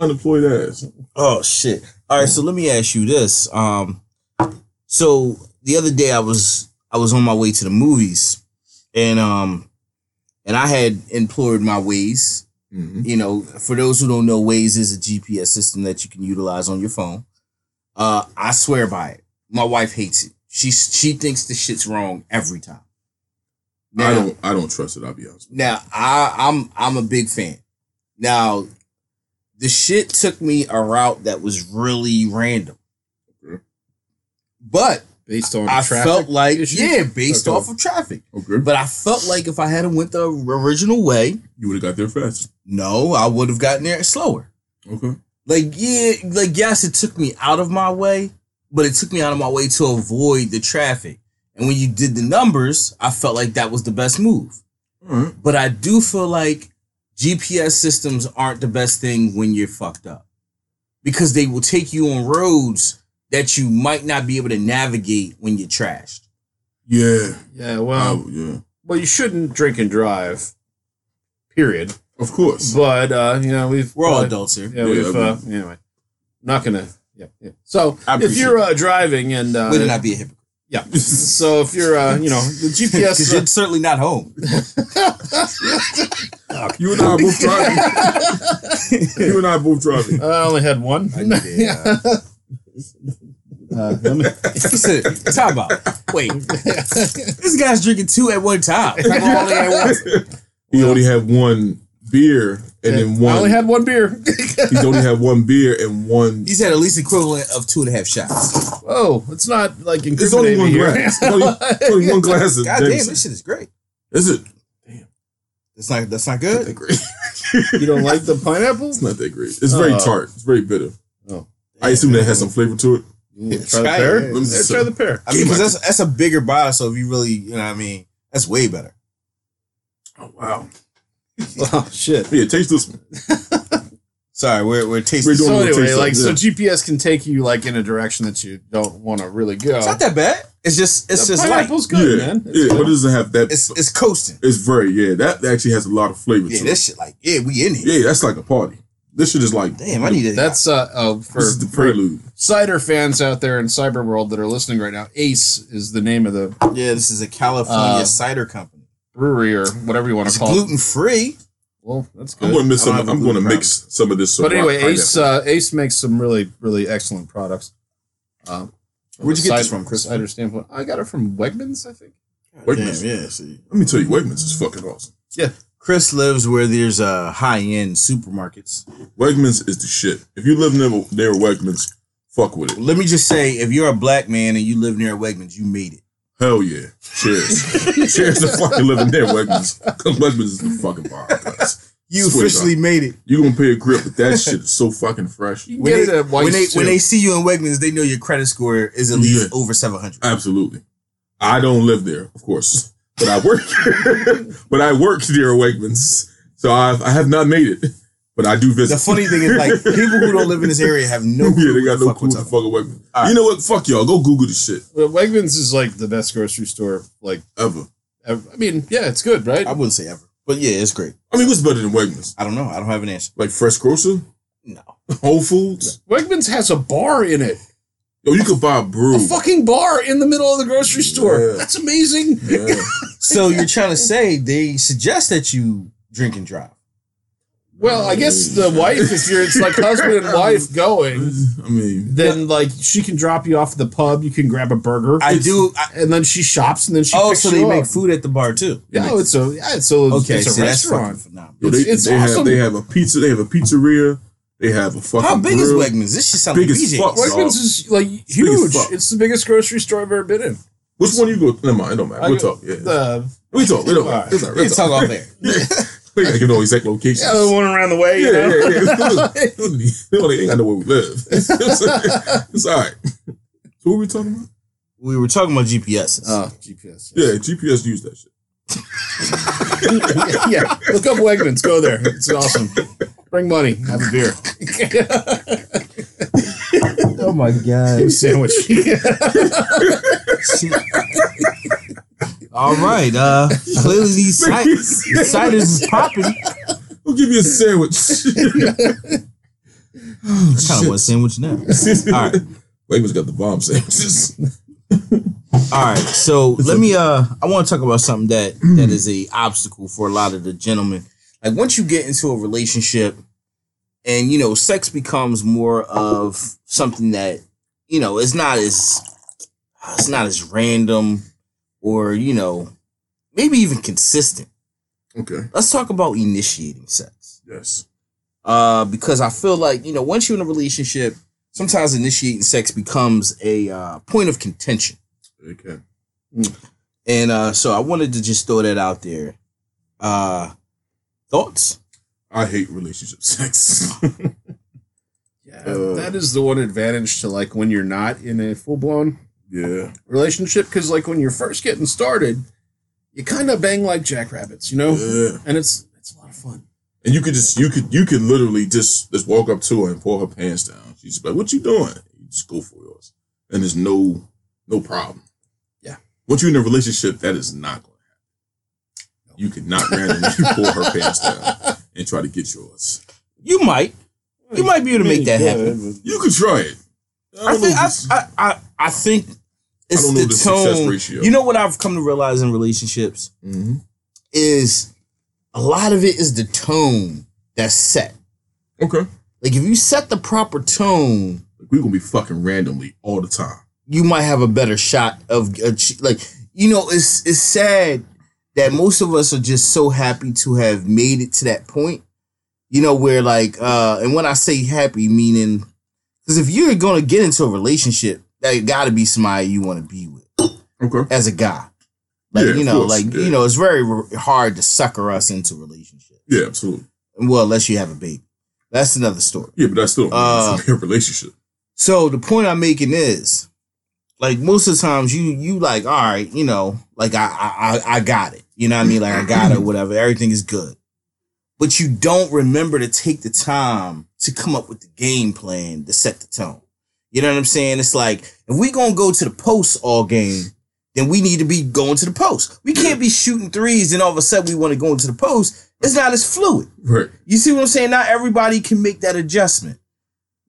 Speaker 4: Unemployed ass.
Speaker 3: Oh shit. All right, so let me ask you this. Um, so the other day I was I was on my way to the movies, and um, and I had implored my ways
Speaker 2: Mm-hmm.
Speaker 4: Mhm.
Speaker 3: You know, for those who don't know, Waze is a GPS system that you can utilize on your phone. Uh, I swear by it. My wife hates it. She she thinks the shit's wrong every time.
Speaker 4: I
Speaker 3: Now,
Speaker 4: don't. I don't trust it. I'll be honest.
Speaker 3: now I I'm I'm a big fan. Now, the shit took me a route that was really random,
Speaker 4: Okay.
Speaker 3: but
Speaker 2: based on
Speaker 3: I
Speaker 2: traffic
Speaker 3: felt like
Speaker 2: issues?
Speaker 3: yeah, based
Speaker 2: Okay.
Speaker 3: off of traffic.
Speaker 4: with you. Okay,
Speaker 3: But I felt like if I hadn't went the original way,
Speaker 4: you would have got there faster.
Speaker 3: no, I would have gotten there slower.
Speaker 4: Okay,
Speaker 3: Like yeah, like yes, it took me out of my way, but it took me out of my way to avoid the traffic. And when you did the numbers, I felt like that was the best move.
Speaker 4: all right.
Speaker 3: But I do feel like GPS systems aren't the best thing when you're fucked up. Because they will take you on roads that you might not be able to navigate when you're trashed.
Speaker 4: Yeah.
Speaker 2: Yeah, well,
Speaker 4: Oh, yeah.
Speaker 2: well, you shouldn't drink and drive. Period.
Speaker 4: Of course.
Speaker 2: But uh, you know, we've
Speaker 3: We're all
Speaker 2: uh,
Speaker 3: adults here.
Speaker 2: Yeah,
Speaker 4: Yeah,
Speaker 2: we've
Speaker 4: I
Speaker 2: uh, anyway. Not gonna. Yeah, yeah. So
Speaker 4: I
Speaker 2: if
Speaker 4: appreciate
Speaker 2: you're uh, driving and uh,
Speaker 3: We're not be a hypocrite.
Speaker 2: yeah, so if you're uh, you know the
Speaker 3: Because
Speaker 2: GPS.
Speaker 3: you're certainly not home.
Speaker 4: You and I are both driving. you and I are both driving.
Speaker 2: Uh, I only had one.
Speaker 3: Yeah.
Speaker 2: Uh, let me-
Speaker 3: Time about. Wait. This guy's drinking two at one time. Like, all at once.
Speaker 4: He only had one beer and then one.
Speaker 2: I only had one beer.
Speaker 4: he's only had one beer and one.
Speaker 3: He's had at least equivalent of two and a half shots.
Speaker 2: Whoa, Oh, it's not like
Speaker 4: It's only
Speaker 2: incriminating
Speaker 4: one
Speaker 2: here.
Speaker 4: glass. It's only, it's only one glass of
Speaker 3: God damn,
Speaker 4: Jameson.
Speaker 3: this shit is great.
Speaker 4: Is it?
Speaker 3: That's not that's not good.
Speaker 4: great.
Speaker 2: You don't like the pineapple?
Speaker 4: It's not that great. It's very
Speaker 2: Oh.
Speaker 4: tart. It's very bitter.
Speaker 2: Oh.
Speaker 4: I assume that has some flavor to it.
Speaker 2: Ooh,
Speaker 3: It's
Speaker 2: try the
Speaker 3: right.
Speaker 2: pear.
Speaker 3: Let
Speaker 4: me
Speaker 2: Let's
Speaker 4: see.
Speaker 2: try the pear.
Speaker 3: I mean, because that's that's a bigger bottle, so if you really, you know what I mean, that's way better.
Speaker 4: Oh wow.
Speaker 2: Oh shit.
Speaker 4: Yeah, taste this one.
Speaker 3: Sorry, we're we're tasting.
Speaker 4: We're doing-
Speaker 2: So
Speaker 4: Don't
Speaker 2: anyway,
Speaker 4: taste
Speaker 2: like
Speaker 4: that.
Speaker 2: so
Speaker 4: Yeah.
Speaker 2: GPS can take you like in a direction that you don't want to really
Speaker 4: Uh,
Speaker 2: go.
Speaker 3: It's not that bad. It's just it's just like
Speaker 2: pineapple's good,
Speaker 4: yeah,
Speaker 2: man. It's
Speaker 4: yeah,
Speaker 2: good.
Speaker 4: but it doesn't have that.
Speaker 3: it's
Speaker 4: It's,
Speaker 3: it's coasting.
Speaker 4: very yeah. That actually has a lot of flavor
Speaker 3: Yeah,
Speaker 4: to it.
Speaker 3: this shit like yeah, we in here.
Speaker 4: Yeah, that's like a party. This shit is like
Speaker 3: Damn, I need a
Speaker 2: That's uh, uh for,
Speaker 4: this is the
Speaker 2: for
Speaker 4: prelude.
Speaker 2: cider fans out there in cyber world that are listening right now. Ace is the name of the
Speaker 3: yeah. This is a California
Speaker 2: Uh,
Speaker 3: cider company.
Speaker 2: brewery or whatever you want
Speaker 3: It's
Speaker 2: to call it.
Speaker 3: gluten free.
Speaker 2: Well, that's good.
Speaker 4: I'm gonna miss
Speaker 3: I don't
Speaker 4: some.
Speaker 3: have a
Speaker 4: I'm
Speaker 3: gluten
Speaker 4: gonna
Speaker 3: problem.
Speaker 4: mix some of this.
Speaker 2: but
Speaker 4: rock
Speaker 2: anyway,
Speaker 4: pineapple.
Speaker 2: Ace uh, Ace makes some really really excellent products. Um, from
Speaker 3: Where'd you
Speaker 2: a
Speaker 3: get this
Speaker 2: cider-
Speaker 3: from, Chris?
Speaker 2: Cider standpoint, I got it from Wegmans, I think.
Speaker 4: Wegmans.
Speaker 3: yeah. See,
Speaker 4: Let me tell you, Wegmans is fucking awesome.
Speaker 3: Chris lives where there's uh high end supermarkets.
Speaker 4: Wegmans is the shit. If you live near near Wegmans, fuck with it.
Speaker 3: Let me just say, if you're a black man and you live near Wegmans, you made it.
Speaker 4: Hell yeah. Cheers. Cheers to fucking living near Wegmans. 'Cause Wegmans is the fucking bomb. guys.
Speaker 3: You
Speaker 4: Swear to
Speaker 3: officially made it.
Speaker 4: You gonna pay a grip, but that shit is so fucking fresh.
Speaker 2: You can
Speaker 3: When
Speaker 2: get
Speaker 3: they,
Speaker 2: it at Weiss
Speaker 3: when, they,
Speaker 2: too.
Speaker 3: when they see you in Wegmans, they know your credit score is at least over seven hundred.
Speaker 4: Absolutely. I don't live there, of course, but I work. but I work near Wegmans, so I've, I have not made it. But I do visit.
Speaker 3: The funny thing is, like people who don't live in this area have no clue
Speaker 4: yeah, they got
Speaker 3: what the
Speaker 4: no
Speaker 3: fuck we're
Speaker 4: clue what
Speaker 3: talking
Speaker 4: the fuck a Wegmans.
Speaker 3: Alright.
Speaker 4: You know what? Fuck y'all. Go Google this shit
Speaker 2: Well, Wegmans is like the best grocery store. Like,
Speaker 4: ever.
Speaker 2: ev- I mean, yeah, it's good, right?
Speaker 3: I wouldn't say ever, but yeah, it's great.
Speaker 4: I mean, what's better than Wegmans?
Speaker 3: I don't know. I don't have an answer.
Speaker 4: Like Fresh Grocer,
Speaker 3: No,
Speaker 4: Whole Foods.
Speaker 2: Wegmans has a bar in it,
Speaker 4: Yo, you could buy a brew.
Speaker 2: a fucking bar in the middle of the grocery store.
Speaker 4: Yeah.
Speaker 2: That's amazing.
Speaker 4: Yeah.
Speaker 3: So you're trying to say they suggest that you drink and drive?
Speaker 2: Well, I guess the wife, if you're, it's like husband and wife going,
Speaker 4: I mean,
Speaker 2: then like she can drop you off at the pub. You can grab a burger.
Speaker 3: I do. I,
Speaker 2: and then she shops, and then she.
Speaker 3: oh,
Speaker 2: picks
Speaker 3: so
Speaker 2: you
Speaker 3: they make
Speaker 2: up.
Speaker 3: food at the bar too.
Speaker 2: Yeah, it's a yeah, it's a okay.
Speaker 3: Okay,
Speaker 2: It's a
Speaker 3: so that's fucking
Speaker 2: restaurant.
Speaker 3: phenomenal.
Speaker 4: yo, they,
Speaker 2: It's- it's
Speaker 4: they
Speaker 2: awesome.
Speaker 4: have they have a pizza. They have a pizzeria. They have a fucking.
Speaker 3: How big is
Speaker 4: grill.
Speaker 3: Wegmans? This shit sounds
Speaker 4: Big
Speaker 3: like
Speaker 4: as
Speaker 3: BJ.
Speaker 4: fuck.
Speaker 2: Wegmans is like
Speaker 4: big as
Speaker 2: huge.
Speaker 4: fuck.
Speaker 2: It's the biggest grocery store I've ever been in.
Speaker 4: Which one you go? Never mind. It don't matter. We'll talk. Yeah.
Speaker 2: The,
Speaker 4: We talk. We
Speaker 2: Alright.
Speaker 4: talk. It's all right.
Speaker 3: We can talk off there.
Speaker 4: We gotta give no exact locations.
Speaker 2: yeah, the one around the way.
Speaker 4: yeah,
Speaker 2: you know?
Speaker 4: yeah, yeah. They don't need- they don't- they ain't got know where we live. It's, all right. So what were we talking about?
Speaker 3: We were talking about GPSs.
Speaker 4: Uh,
Speaker 2: Oh, GPS.
Speaker 4: Yeah, GPS used that shit.
Speaker 2: yeah, Look up Wegmans. Go there. It's awesome. Bring money. Have a beer.
Speaker 3: oh my god!
Speaker 2: Sandwich.
Speaker 3: All right. Uh, clearly these
Speaker 4: Make me a
Speaker 3: ciders, ciders
Speaker 4: sandwich.
Speaker 3: is popping.
Speaker 4: We'll give you a sandwich.
Speaker 3: I kind of want a sandwich now. All right.
Speaker 4: Wegmans got the bomb sandwiches.
Speaker 3: All right, so let me. Uh, I want to talk about something that that is a obstacle for a lot of the gentlemen like once you get into a relationship and you know sex becomes more of something that you know it's not as it's not as random or you know maybe even consistent
Speaker 4: Okay.
Speaker 3: let's talk about initiating sex
Speaker 4: Yes.
Speaker 3: uh because i feel like you know once you're in a relationship sometimes initiating sex becomes a uh, point of contention
Speaker 4: Okay.
Speaker 3: And uh, so I wanted to just throw that out there. Uh, thoughts?
Speaker 4: I hate relationship sex.
Speaker 2: Yeah,
Speaker 4: Uh,
Speaker 2: that is the one advantage to like when you're not in a full blown
Speaker 4: yeah.
Speaker 2: relationship because like when you're first getting started, you kind of bang like jackrabbits, you know,
Speaker 4: Yeah.
Speaker 2: and it's it's a lot of fun.
Speaker 4: And you could just you could you could literally just just walk up to her and pull her pants down. She's just like, "What you doing?" You just go for yours, and there's no no problem.
Speaker 2: Yeah.
Speaker 4: Once you're in a relationship, that is not going to happen. You cannot randomly pull her pants down and try to get yours.
Speaker 3: You might, you might be able to make that happen.
Speaker 4: You could try it.
Speaker 3: I
Speaker 4: don't
Speaker 3: think
Speaker 4: know if
Speaker 3: I,
Speaker 4: it's-
Speaker 3: I, I, I think it's
Speaker 4: don't know
Speaker 3: the,
Speaker 4: the success
Speaker 3: tone.
Speaker 4: ratio.
Speaker 3: You know what I've come to realize in relationships
Speaker 4: Mhm.
Speaker 3: is a lot of it is the tone that's set.
Speaker 4: Okay,
Speaker 3: Like if you set the proper tone,
Speaker 4: we're gonna be fucking randomly all the time.
Speaker 3: you might have a better shot of ach- like you know it's it's sad that most of us are just so happy to have made it to that point you know where like uh and when i say happy meaning because if you're gonna get into a relationship that gotta be somebody you want to be with
Speaker 4: Okay,
Speaker 3: as a guy like
Speaker 4: Yeah,
Speaker 3: you
Speaker 4: of
Speaker 3: know
Speaker 4: course,
Speaker 3: like
Speaker 4: yeah.
Speaker 3: you know it's very r- hard to sucker us into relationships
Speaker 4: yeah, absolutely.
Speaker 3: well unless you have a baby that's another story
Speaker 4: Yeah, but that's still
Speaker 3: Uh,
Speaker 4: a relationship.
Speaker 3: So the point I'm making is, like most of the times you you like, all right, you know, like I I I- I got it. You know what I mean? Like I got it, whatever. Everything is good. But you don't remember to take the time to come up with the game plan to set the tone. You know what I'm saying? It's like if we gonna go to the post all game, then we need to be going to the post. We can't be shooting threes and all of a sudden we want to go into the post. It's not as fluid.
Speaker 4: Right.
Speaker 3: You see what I'm saying? Not everybody can make that adjustment.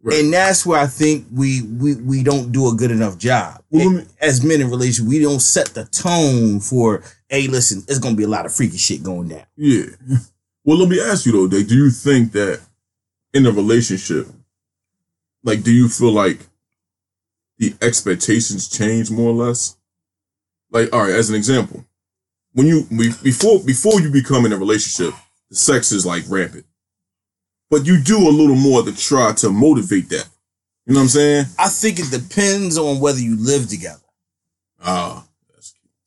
Speaker 4: Right.
Speaker 3: And that's where I think we we we don't do a good enough job.
Speaker 4: Well, let me-
Speaker 3: As men in relation, we don't set the tone for, hey, listen, it's gonna be a lot of freaky shit going down.
Speaker 4: Yeah. Well, let me ask you though, Dick, do you think that in a relationship, like, do you feel like the expectations change more or less? Like, all right, as an example, when you we- before before you become in a relationship, the sex is like rampant, but you do a little more to try to motivate that. You know what I'm saying?
Speaker 3: I think it depends on whether you live together.
Speaker 4: Ah,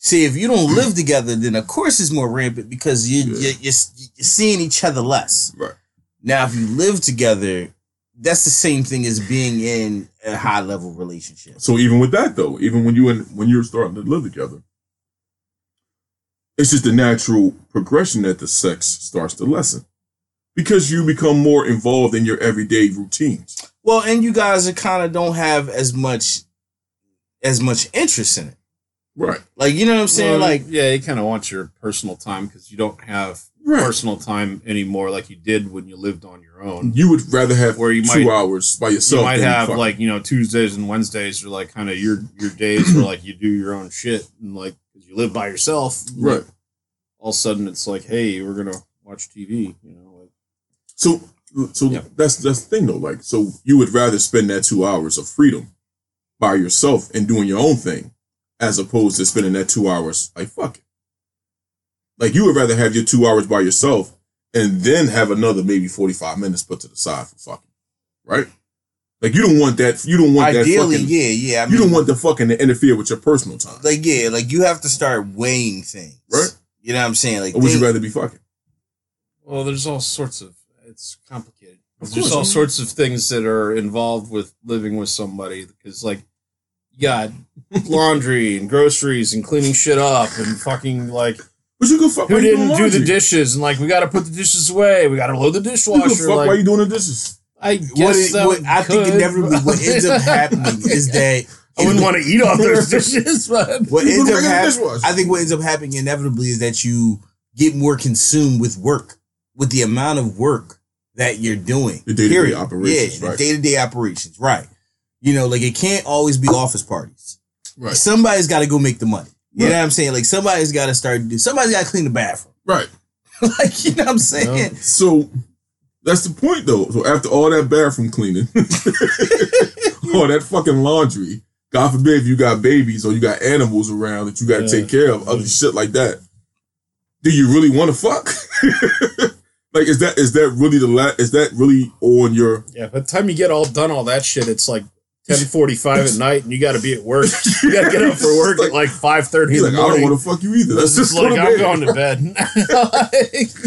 Speaker 3: See, if you don't live together, then of course it's more rampant because you,
Speaker 4: Hmm. Yeah.
Speaker 3: you you're, s- you're seeing each other less.
Speaker 4: right.
Speaker 3: Now, if you live together, that's the same thing as being in a high level relationship.
Speaker 4: So even with that though, even when you and when you're starting to live together, it's just the natural progression that the sex starts to lessen because you become more involved in your everyday routines.
Speaker 3: Well, and you guys are kind of don't have as much as much interest in it.
Speaker 4: Right.
Speaker 3: Like you know what I'm saying?
Speaker 2: Well,
Speaker 3: like
Speaker 2: yeah, you kind of want your personal time because you don't have
Speaker 4: Right.
Speaker 2: personal time anymore like you did when you lived on your own.
Speaker 4: You would rather have
Speaker 2: Where you
Speaker 4: two
Speaker 2: might-
Speaker 4: hours by
Speaker 2: So
Speaker 4: yourself.
Speaker 2: you might
Speaker 4: than
Speaker 2: have
Speaker 4: Mm-hmm. fuck-
Speaker 2: like you know Tuesdays and Wednesdays are like kind of your your days where like you do your own shit and like 'cause you live by yourself.
Speaker 4: right.
Speaker 2: All of a sudden it's like, hey, we're gonna watch TV. You know, like,
Speaker 4: So so
Speaker 2: Yeah.
Speaker 4: that's that's the thing though. Like so you would rather spend that two hours of freedom by yourself and doing your own thing as opposed to spending that two hours like fuck it. Like you would rather have your two hours by yourself and then have another maybe forty five minutes put to the side for fucking. Right? Like you don't want that you don't want
Speaker 3: ideally,
Speaker 4: that fucking
Speaker 3: yeah, yeah. I
Speaker 4: you
Speaker 3: mean,
Speaker 4: don't want the fucking to interfere with your personal time.
Speaker 3: like yeah, like you have to start weighing things,
Speaker 4: Right.
Speaker 3: You know what I'm saying? Like
Speaker 4: Or would you
Speaker 3: things-
Speaker 4: rather be fucking?
Speaker 2: well, there's all sorts of it's complicated.
Speaker 4: Of
Speaker 2: there's
Speaker 4: course.
Speaker 2: all sorts of things that are involved with living with somebody because like you got laundry and groceries and cleaning shit up and fucking like
Speaker 4: But you can fuck
Speaker 2: who
Speaker 4: while you
Speaker 2: didn't do
Speaker 4: laundry.
Speaker 2: the dishes and like we got to put the dishes away. We got to load the
Speaker 4: You can
Speaker 2: dishwasher.
Speaker 4: fuck
Speaker 2: like,
Speaker 4: while you doing the dishes.
Speaker 2: I
Speaker 3: what,
Speaker 2: guess
Speaker 3: it,
Speaker 2: that
Speaker 3: what I think
Speaker 2: could-
Speaker 3: inevitably what ends up happening is that
Speaker 2: I wouldn't want to eat off those dishes, but
Speaker 3: what
Speaker 4: You
Speaker 3: ends
Speaker 4: put
Speaker 3: up
Speaker 4: it back in the
Speaker 3: happening.
Speaker 4: dishwasher.
Speaker 3: I think what ends up happening inevitably is that you get more consumed with work, with the amount of work that you're doing.
Speaker 4: The day-to-day
Speaker 3: period.
Speaker 4: operations,
Speaker 3: yeah,
Speaker 4: right.
Speaker 3: the day to day operations, right? You know, like it can't always be office parties.
Speaker 4: Right.
Speaker 3: Somebody's got to go make the money. You
Speaker 4: Right.
Speaker 3: know what I'm saying? Like somebody's got to start. Somebody's got to clean the bathroom.
Speaker 4: Right.
Speaker 3: like you know what I'm saying?
Speaker 4: So that's the point, though. So after all that bathroom cleaning, all that fucking laundry, God forbid if you got babies or you got animals around that you got to
Speaker 2: Yeah.
Speaker 4: take care of, other shit like that. Do you really want to fuck? like, is that is that really the la- is that really on your?
Speaker 2: Yeah, by the time you get all done all that shit, it's like ten forty five at night, and you got to be at work. You got to get up for work at like five thirty
Speaker 4: He's
Speaker 2: in the
Speaker 4: like, I don't
Speaker 2: morning.
Speaker 4: want to fuck you either. That's
Speaker 2: It's
Speaker 4: just
Speaker 2: just like
Speaker 4: what
Speaker 2: I'm
Speaker 4: I'm
Speaker 2: going to bed.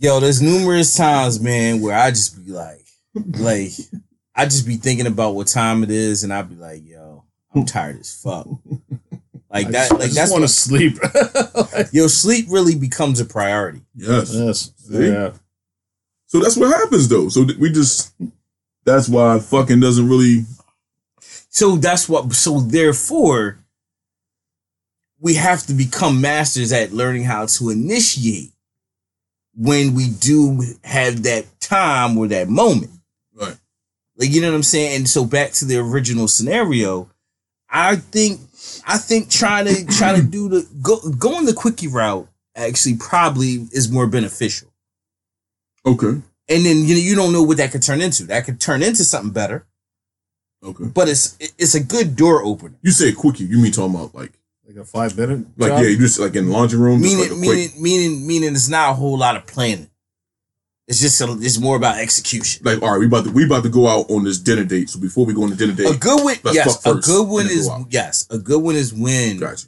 Speaker 3: Yo, there's numerous times, man, where I just be like, like, I just be thinking about what time it is, and I be like, yo, I'm tired as fuck. Like
Speaker 2: I
Speaker 3: that,
Speaker 2: just, I
Speaker 3: like
Speaker 2: just
Speaker 3: that's
Speaker 2: want
Speaker 3: what,
Speaker 2: to sleep.
Speaker 3: yo, sleep really becomes a priority.
Speaker 4: Yes.
Speaker 2: yes.
Speaker 4: See?
Speaker 2: Yeah.
Speaker 4: So that's what happens though. So th- we just that's why fucking doesn't really
Speaker 3: So that's what. So therefore, we have to become masters at learning how to initiate when we do have that time or that moment.
Speaker 4: Right.
Speaker 3: Like you know what I'm saying. And so back to the original scenario, I think I think trying to try to do the go going the quickie route actually probably is more beneficial.
Speaker 4: okay.
Speaker 3: And then you know you don't know what that could turn into. That could turn into something better,
Speaker 4: Okay.
Speaker 3: but it's it's a good door opener.
Speaker 4: You say quickie. You mean talking about like
Speaker 2: Like a five minute.
Speaker 4: like
Speaker 2: job?
Speaker 4: yeah, you just like in the laundry room. just
Speaker 3: meaning,
Speaker 4: like a quick-
Speaker 3: meaning, meaning, meaning, it's not a whole lot of planning. It's just a, it's more about execution.
Speaker 4: like all right, we about to we about to go out on this dinner date. So before we go on the dinner date,
Speaker 3: A good one,
Speaker 4: Let's
Speaker 3: yes.
Speaker 4: fuck
Speaker 3: A
Speaker 4: first,
Speaker 3: good one
Speaker 4: and then
Speaker 3: is
Speaker 4: go out.
Speaker 3: yes. A good one is when
Speaker 4: gotcha.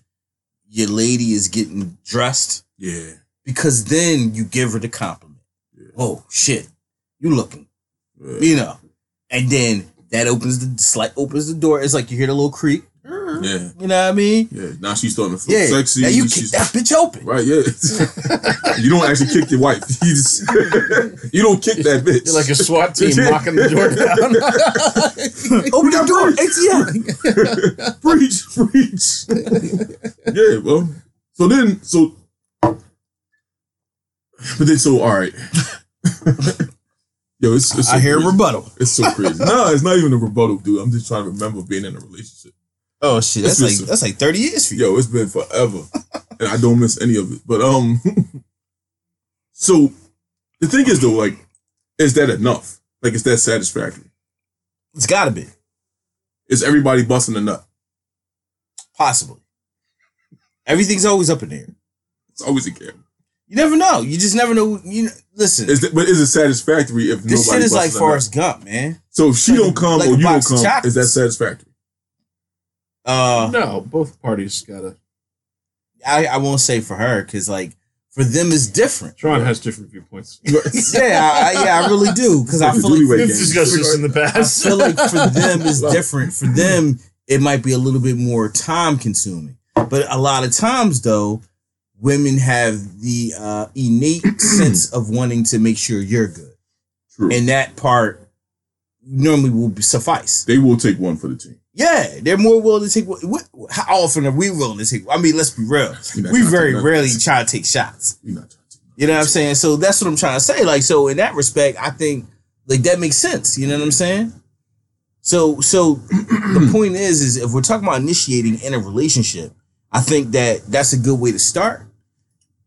Speaker 3: your lady is getting dressed
Speaker 4: Yeah,
Speaker 3: because then you give her the compliment. Oh shit, you looking,
Speaker 4: Yeah.
Speaker 3: you know, and then that opens the slight opens the door. It's like you hear the little creak.
Speaker 4: yeah,
Speaker 3: You know what I mean?
Speaker 4: yeah. Now she's starting to feel
Speaker 3: Yeah.
Speaker 4: sexy.
Speaker 3: now you kick
Speaker 4: she's,
Speaker 3: that bitch open.
Speaker 4: right, yeah. you don't actually kick your wife. You just you don't kick that bitch.
Speaker 2: You're like a SWAT team
Speaker 4: Yeah.
Speaker 2: knocking the door down.
Speaker 3: Open the door. It's, yeah.
Speaker 4: preach, preach. yeah, well, so then, so, but then, so, all right. Yo, it's, it's so
Speaker 3: I hear a
Speaker 4: crazy.
Speaker 3: rebuttal.
Speaker 4: It's so crazy. no, it's not even a rebuttal, dude. I'm just trying to remember being in a relationship.
Speaker 3: Oh shit,
Speaker 4: That's
Speaker 3: that's
Speaker 4: just-
Speaker 3: like that's like thirty years for you.
Speaker 4: Yo, it's been forever, and I don't miss any of it. But um, so the thing is though, like, is that enough? Like, is that satisfactory?
Speaker 3: It's gotta be.
Speaker 4: Is everybody busting a nut?
Speaker 3: Possibly. Everything's always up in the air.
Speaker 4: It's always a game.
Speaker 3: You never know. You just never know. You know, listen.
Speaker 4: Is that, but is it satisfactory if
Speaker 3: this shit
Speaker 4: nobody
Speaker 3: is like
Speaker 4: busts a nut?
Speaker 3: Forrest Gump, man.
Speaker 4: So if she
Speaker 3: Like a-
Speaker 4: don't come
Speaker 3: like
Speaker 4: or
Speaker 3: a
Speaker 4: you don't
Speaker 3: box of
Speaker 4: come,
Speaker 3: chocolates.
Speaker 4: is that satisfactory?
Speaker 3: Uh,
Speaker 2: no, both parties gotta.
Speaker 3: I, I won't say for her because like for them it's different.
Speaker 2: Sean has different viewpoints.
Speaker 3: Yeah, I, I- yeah, I really do because I
Speaker 4: It's a
Speaker 3: feel like
Speaker 4: newlywed
Speaker 2: We've
Speaker 4: game.
Speaker 2: discussed this in the
Speaker 3: I
Speaker 2: past.
Speaker 3: feel like for them it's different. For them, it might be a little bit more time consuming. But a lot of times though, women have the uh, innate sense of wanting to make sure you're good.
Speaker 4: True.
Speaker 3: and that part normally will be- suffice.
Speaker 4: they will take one for the team.
Speaker 3: Yeah, they're more willing to take. What, what, how often are we willing to take? I mean, let's be real.
Speaker 4: You're not
Speaker 3: We
Speaker 4: trying to
Speaker 3: very
Speaker 4: take
Speaker 3: rarely try to take shots.
Speaker 4: We're not trying to take
Speaker 3: You know what I'm saying? So that's what I'm trying to say. Like, so in that respect, I think like that makes sense. You know what I'm saying? So, so the point is, is if we're talking about initiating in a relationship, I think that that's a good way to start.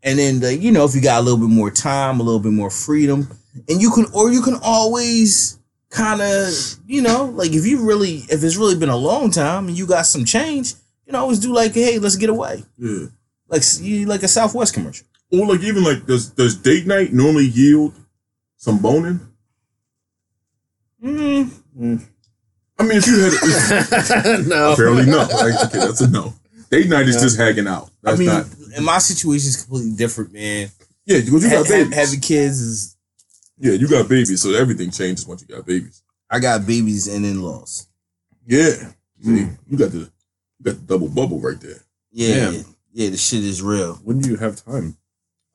Speaker 3: And then, like, you know, if you got a little bit more time, a little bit more freedom, and you can, or you can always kind of, you know, like if you really, if it's really been a long time and you got some change, you can always do like, hey, let's get away,
Speaker 4: Yeah.
Speaker 3: like s- you like a Southwest commercial.
Speaker 4: Or like even like does does date night normally yield some boning?
Speaker 3: Mm,
Speaker 4: I mean, if you had it's
Speaker 2: no.
Speaker 4: apparently no. Like, okay, that's a no. Date night is just hanging out. That's
Speaker 3: I mean,
Speaker 4: not.
Speaker 3: and my situation is completely different, man.
Speaker 4: Yeah, because you
Speaker 3: Ha-
Speaker 4: got
Speaker 3: ha-
Speaker 4: babies.
Speaker 3: having kids is
Speaker 4: yeah, you got babies, so everything changes once you got babies.
Speaker 3: I got babies and in laws.
Speaker 4: Yeah. See,
Speaker 3: Mm.
Speaker 4: you got the you got the double bubble right there.
Speaker 3: Yeah, yeah,
Speaker 2: Damn.
Speaker 3: the shit is real.
Speaker 2: When do you have time?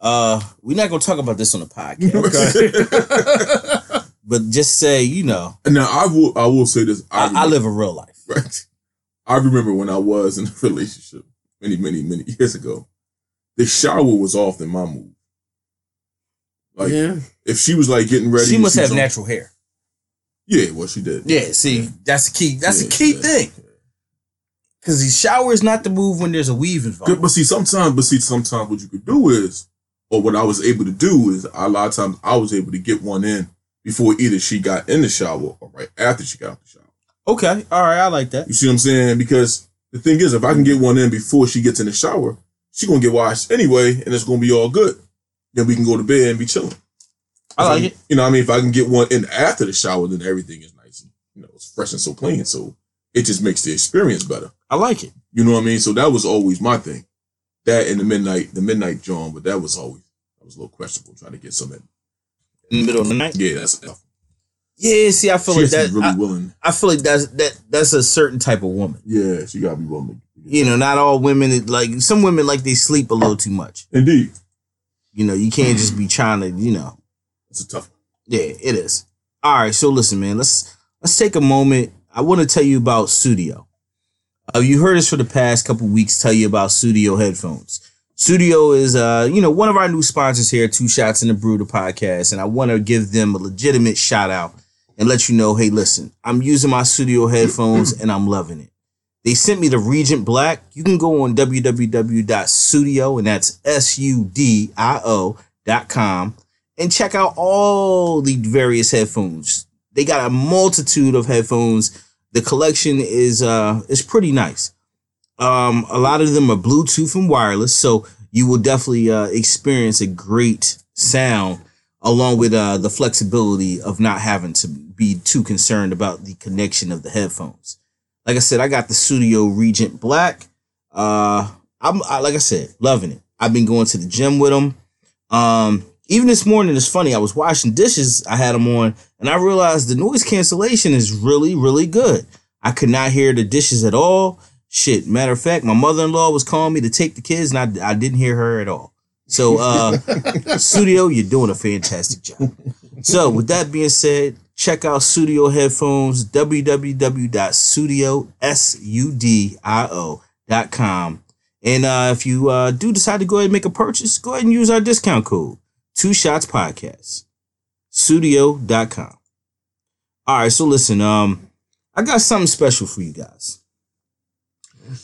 Speaker 3: Uh, we're not gonna talk about this on the podcast, but just say you know,
Speaker 4: now I will I will say this.
Speaker 3: I, I
Speaker 4: remember-
Speaker 3: live a real life.
Speaker 4: Right. I remember when I was in a relationship many, many, many years ago, the shower was off in my move. Like
Speaker 2: yeah.
Speaker 4: if she was like getting ready,
Speaker 3: she
Speaker 4: and
Speaker 3: must have
Speaker 4: was on-
Speaker 3: natural hair.
Speaker 4: Yeah, well, she did.
Speaker 3: Yeah, see, that's the key. That's the
Speaker 4: Yeah,
Speaker 3: key
Speaker 4: yeah.
Speaker 3: thing. Because the shower is not the move when there's a weave
Speaker 4: Good,
Speaker 3: involved.
Speaker 4: but see, sometimes, but see, sometimes what you could do is or what I was able to do is a lot of times I was able to get one in before either she got in the shower or right after she got out the shower.
Speaker 3: Okay, all right, I like that.
Speaker 4: You see what I'm saying? Because the thing is, if I can get one in before she gets in the shower, she gonna get washed anyway, and it's gonna be all good. Then we can go to bed and be chilling.
Speaker 3: I like it.
Speaker 4: You know, what I mean, if I can get one in after the shower, then everything is nice and you know it's fresh and so clean. So it just makes the experience better.
Speaker 3: I like it.
Speaker 4: You know what I mean? So that was always my thing. That and the midnight, the midnight John, but that was always that was a little questionable trying to get some. In.
Speaker 3: In the middle of the night.
Speaker 4: Yeah, that's tough.
Speaker 3: Yeah, see, I feel
Speaker 4: She
Speaker 3: like
Speaker 4: has to
Speaker 3: that.
Speaker 4: be really
Speaker 3: I,
Speaker 4: willing.
Speaker 3: I feel like that's that. That's a certain type of woman.
Speaker 4: Yeah, she gotta be willing.
Speaker 3: You know, not all women it- like some women like they sleep a little too much.
Speaker 4: Indeed,
Speaker 3: You know, you can't just be trying to. You know,
Speaker 4: that's a tough.
Speaker 3: yeah, it is. All right, so listen, man. Let's let's take a moment. I want to tell you about Studio. Uh, you heard us for the past couple weeks tell you about Studio headphones. Studio is uh, you know, one of our new sponsors here, Two Shots in the Brew, the podcast, and I want to give them a legitimate shout out and let you know, hey, listen, I'm using my Studio headphones and I'm loving it. They sent me the Regent Black. You can go on www.studio and that's S U D I O dot com and check out all the various headphones. They got a multitude of headphones. The collection is uh is pretty nice. Um, a lot of them are Bluetooth and wireless, so you will definitely uh, experience a great sound along with uh, the flexibility of not having to be too concerned about the connection of the headphones. Like I said, I got the Studio Regent Black. Uh, I'm I, like I said, loving it. I've been going to the gym with them. Um, even this morning, it's funny. I was washing dishes. I had them on, and I realized the noise cancellation is really, really good. I could not hear the dishes at all. Shit. Matter of fact, my mother in law was calling me to take the kids, and I, I didn't hear her at all. So, uh, Studio, you're doing a fantastic job. So, with that being said, check out Studio headphones www.studiosudio.com. And uh, if you uh, do decide to go ahead and make a purchase, go ahead and use our discount code, Two Shots Podcast, studio.com. All right, so listen, um, I got something special for you guys.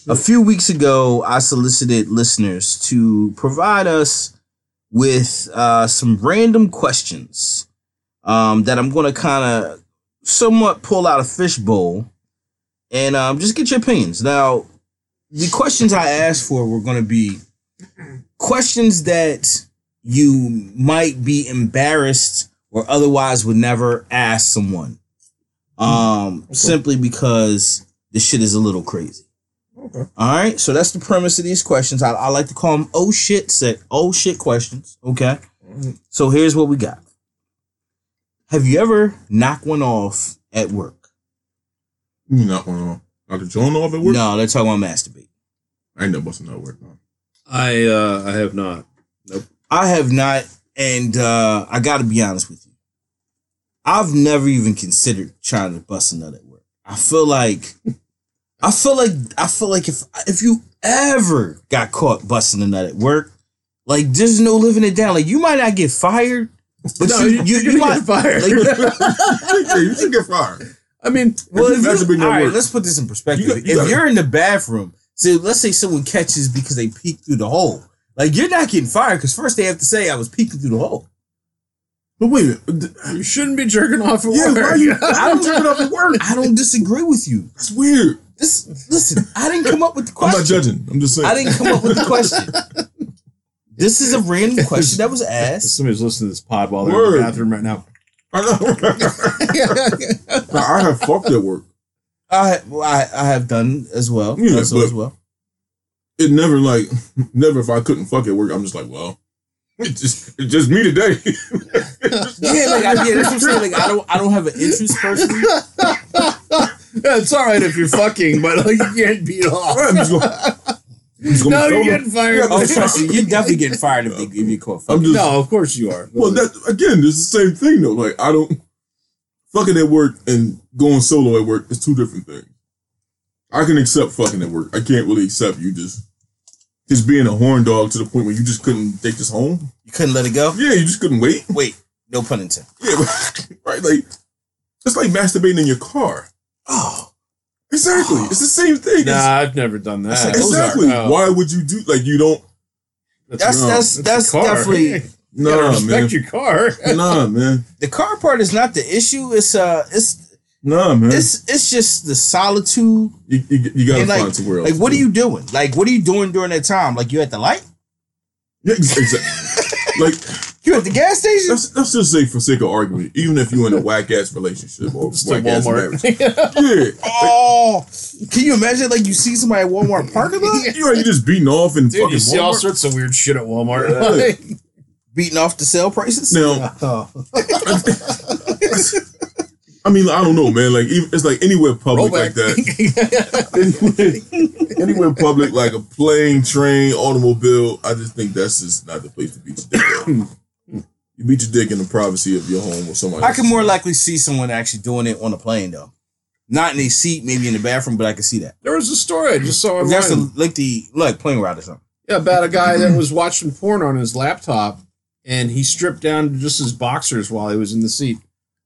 Speaker 3: A few weeks ago, I solicited listeners to provide us with uh, some random questions um, that I'm going to kind of somewhat pull out of fishbowl and um, just get your opinions. Now, the questions I asked for were going to be questions that you might be embarrassed or otherwise would never ask someone. Um, simply because this shit is a little crazy.
Speaker 4: Okay.
Speaker 3: All right, so that's the premise of these questions. I, I like to call them oh shit set oh shit questions. Okay,
Speaker 4: Mm-hmm.
Speaker 3: so here's what we got. Have you ever knocked one off at work?
Speaker 4: You not one on. Not the John off at work.
Speaker 3: No, they're talking about masturbate.
Speaker 4: I ain't never busting that work. No.
Speaker 2: I uh, I have not.
Speaker 3: I have not, and uh, I got to be honest with you. I've never even considered trying to bust a nut at work. I feel like, I feel like, I feel like if if you ever got caught busting a nut at work, like there's no living it down. Like you might not get fired, but you,
Speaker 2: No, you-
Speaker 3: you,
Speaker 2: you're
Speaker 3: you,
Speaker 2: gonna
Speaker 3: might
Speaker 2: get fired.
Speaker 3: Like,
Speaker 4: yeah, you should get fired.
Speaker 2: I mean,
Speaker 3: well,
Speaker 4: That's
Speaker 3: if
Speaker 4: a
Speaker 3: you,
Speaker 4: big
Speaker 3: all right,
Speaker 4: word.
Speaker 3: let's put this in perspective.
Speaker 4: You got- you
Speaker 3: if
Speaker 4: got-
Speaker 3: you're in the bathroom, so let's say someone catches because they peeked through the hole. Like you're not getting fired because first they have to say I was peeking through the hole.
Speaker 4: But wait a minute.
Speaker 2: you shouldn't be jerking off at
Speaker 4: Yeah,
Speaker 2: work.
Speaker 4: why are you?
Speaker 3: I
Speaker 4: I'm
Speaker 3: don't-
Speaker 4: jerking off at work.
Speaker 3: I don't disagree with you.
Speaker 4: That's weird.
Speaker 3: This listen, I didn't come up with the
Speaker 4: I'm not
Speaker 3: question.
Speaker 4: judging. I'm just saying.
Speaker 3: I didn't come up with the question. This is a random question that was asked.
Speaker 2: Somebody's listening to this pod while they're in
Speaker 4: Word.
Speaker 2: the bathroom right now.
Speaker 4: I know. Nah, I have fucked at work.
Speaker 3: I, well, I I have done as well.
Speaker 4: Yeah,
Speaker 3: also as
Speaker 4: but-
Speaker 3: well.
Speaker 4: It never like never if I couldn't fuck at work, I'm just like, well, it's just it's just me today.
Speaker 3: Yeah, like I, yeah, that's what I'm saying. Like I don't I don't have an interest personally.
Speaker 2: Yeah, it's all right if you're fucking, but like you can't beat off.
Speaker 4: I'm just gonna, I'm just gonna
Speaker 2: No,
Speaker 4: throw
Speaker 2: you're
Speaker 4: them.
Speaker 2: getting fired.
Speaker 3: Oh, trust me, you're definitely getting fired if they give you a call.
Speaker 4: I'm just
Speaker 2: No, of course you are.
Speaker 4: well that again, it's the same thing though. Like I don't fucking at work and going solo at work is two different things. I can accept fucking at work. I can't really accept you just just being a horn dog to the point where you just couldn't take this home.
Speaker 3: You couldn't let it go.
Speaker 4: Yeah, you just couldn't wait.
Speaker 3: Wait, no pun intended.
Speaker 4: Yeah, but- right. Like it's like masturbating in your car.
Speaker 3: Oh,
Speaker 4: Exactly. It's the same thing. It's-
Speaker 2: nah, I've never done that.
Speaker 3: That's like
Speaker 2: Those are- Oh,
Speaker 4: exactly.
Speaker 2: no.
Speaker 4: Why would you do like you don't?
Speaker 3: That's
Speaker 4: No,
Speaker 3: that's
Speaker 2: it's
Speaker 3: that's
Speaker 2: a car.
Speaker 3: definitely
Speaker 2: You gotta
Speaker 4: Nah, man.
Speaker 2: respect your car.
Speaker 4: Nah, man.
Speaker 3: the car part is not the issue. It's uh it's
Speaker 4: Nah, man.
Speaker 3: it's it's just the solitude
Speaker 4: You, you, you gotta
Speaker 3: and like
Speaker 4: find somewhere else.
Speaker 3: like what are
Speaker 4: man.
Speaker 3: you doing? Like what are you doing during that time? Like you at the light?
Speaker 4: Yeah, ex- exactly. like
Speaker 3: You at the gas station?
Speaker 4: let's, let's just say for sake of argument, even if you're in a whack ass relationship or
Speaker 2: Just to
Speaker 4: whack ass marriage,
Speaker 2: Walmart.
Speaker 4: yeah,
Speaker 3: Oh, can you imagine? Like you see somebody at Walmart parking lot
Speaker 4: you you just beating off and
Speaker 2: Dude,
Speaker 4: fucking
Speaker 2: you see all
Speaker 4: Walmart?
Speaker 2: sorts of weird shit at Walmart.
Speaker 4: Yeah.
Speaker 2: Like,
Speaker 3: beating off the sale prices.
Speaker 4: now. I mean, I don't know, man. Like even, it's like anywhere public like that, anywhere, anywhere public like a plane, train, automobile. I just think that's just not the place to beat your dick. at. you beat your dick in the privacy of your home or somebody.
Speaker 3: I can
Speaker 4: else's.
Speaker 3: more likely see someone actually doing it on a plane though, not in a seat, maybe in the bathroom, but I can see that.
Speaker 2: there was a story I just saw online.
Speaker 3: That's a, like the like plane ride or something.
Speaker 2: Yeah, about a guy that was watching porn on his laptop, and he stripped down to just his boxers while he was in the seat,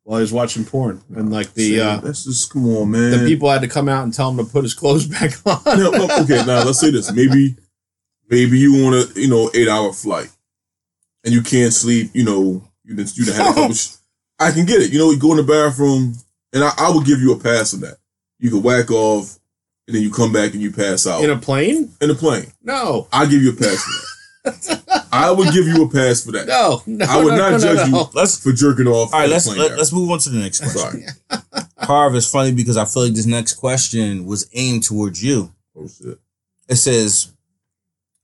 Speaker 2: while he was watching porn, and like the uh,
Speaker 4: that's just come on, man.
Speaker 2: the people had to come out and tell him to put his clothes back on.
Speaker 4: No, no, okay, now let's say this. Maybe, maybe you want a you know eight hour flight, and you can't sleep. You know, you done, you done had a couple. Sh- I can get it. You know, you go in the bathroom, and I, I will give you a pass on that. You can whack off, and then you come back and you pass out
Speaker 2: In a plane?
Speaker 4: in the plane.
Speaker 2: No,
Speaker 4: I give you a pass for that. I would give you a pass for that.
Speaker 2: no, no.
Speaker 4: I would
Speaker 2: no,
Speaker 4: not
Speaker 2: no, no,
Speaker 4: judge
Speaker 2: no.
Speaker 4: you for jerking off.
Speaker 3: All
Speaker 4: in
Speaker 3: right,
Speaker 4: a
Speaker 3: let's
Speaker 4: plane
Speaker 3: let,
Speaker 4: ride.
Speaker 3: let's move on to the next question.
Speaker 4: Sorry.
Speaker 3: Harv, it's funny because I feel like this next question was aimed towards you.
Speaker 4: Oh shit.
Speaker 3: It says,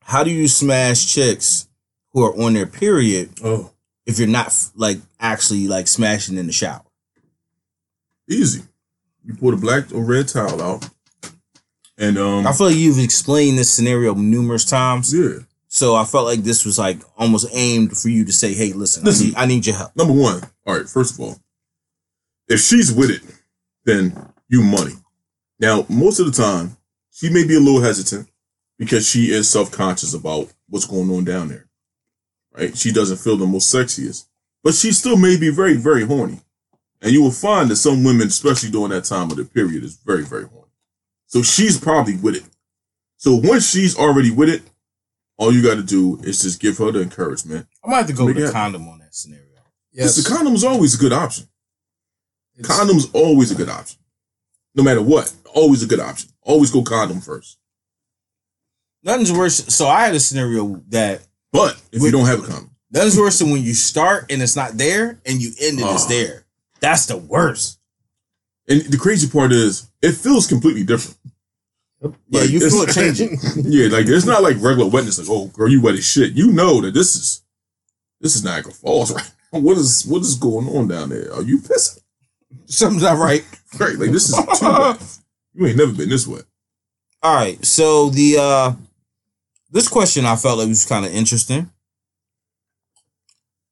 Speaker 3: "How do you smash chicks who are on their period
Speaker 4: Oh,
Speaker 3: if you're not f- like actually like smashing in the shower?"
Speaker 4: easy. You pull the black or red towel out, and um,
Speaker 3: I feel like you've explained this scenario numerous times,
Speaker 4: yeah.
Speaker 3: so I felt like this was like almost aimed for you to say, "Hey, listen, I
Speaker 4: Listen.
Speaker 3: need- I need your help."
Speaker 4: Number one, all right, first of all, if she's with it, then you money. Now, most of the time, she may be a little hesitant because she is self conscious about what's going on down there. Right? She doesn't feel the most sexiest, but she still may be very, very horny. And you will find that some women, especially during that time of the period, is very, very horny. So she's probably with it. So once she's already with it, all you got to do is just give her the encouragement.
Speaker 3: I might have to go
Speaker 4: with
Speaker 3: with
Speaker 4: a
Speaker 3: a condom on that scenario.
Speaker 2: Yes.
Speaker 4: Listen, condom's always a good option.
Speaker 2: It's-
Speaker 4: Condom's always a good option. No matter what, always a good option. Always go condom first.
Speaker 3: Nothing's worse. So I had a scenario that
Speaker 4: But if you
Speaker 3: Wait.
Speaker 4: don't have a condom,
Speaker 3: Nothing's worse than when you start and it's not there and you end and it's
Speaker 4: Oh.
Speaker 3: there. That's the worst.
Speaker 4: and the crazy part is, it feels completely different.
Speaker 3: Yeah,
Speaker 4: Like,
Speaker 3: you
Speaker 4: it's-
Speaker 3: feel it changing.
Speaker 4: yeah, like it's not like regular wetness. Like, oh, girl, you wet as shit. You know that this is this is Niagara Falls right now. What is what is going on down there? Are you pissing?
Speaker 3: Something's not right.
Speaker 4: Right, like this is too wet. You ain't never been this wet.
Speaker 3: All right. So the uh this question I felt like was kind of interesting.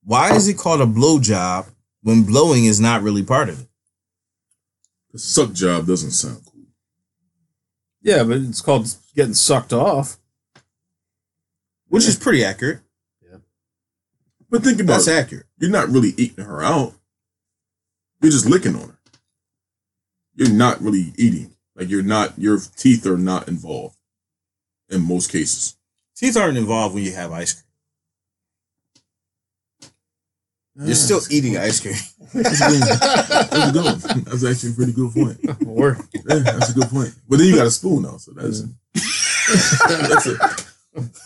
Speaker 3: Why is it called a blowjob when blowing is not really part of it?
Speaker 4: The suck job doesn't sound cool.
Speaker 2: yeah, but it's called getting sucked off.
Speaker 3: Which is pretty accurate.
Speaker 4: But think about
Speaker 3: That's
Speaker 4: it.
Speaker 3: accurate.
Speaker 4: You're not really eating her out. You're just licking on her. You're not really eating. Like you're not your teeth are not involved in most cases.
Speaker 3: Teeth aren't involved when you have ice cream. You're still eating ice cream.
Speaker 4: That's a good one. That's a good one. That's actually a pretty good point.
Speaker 2: Or
Speaker 4: Yeah, that's a good point. But then you got a spoon now, so that's that's it.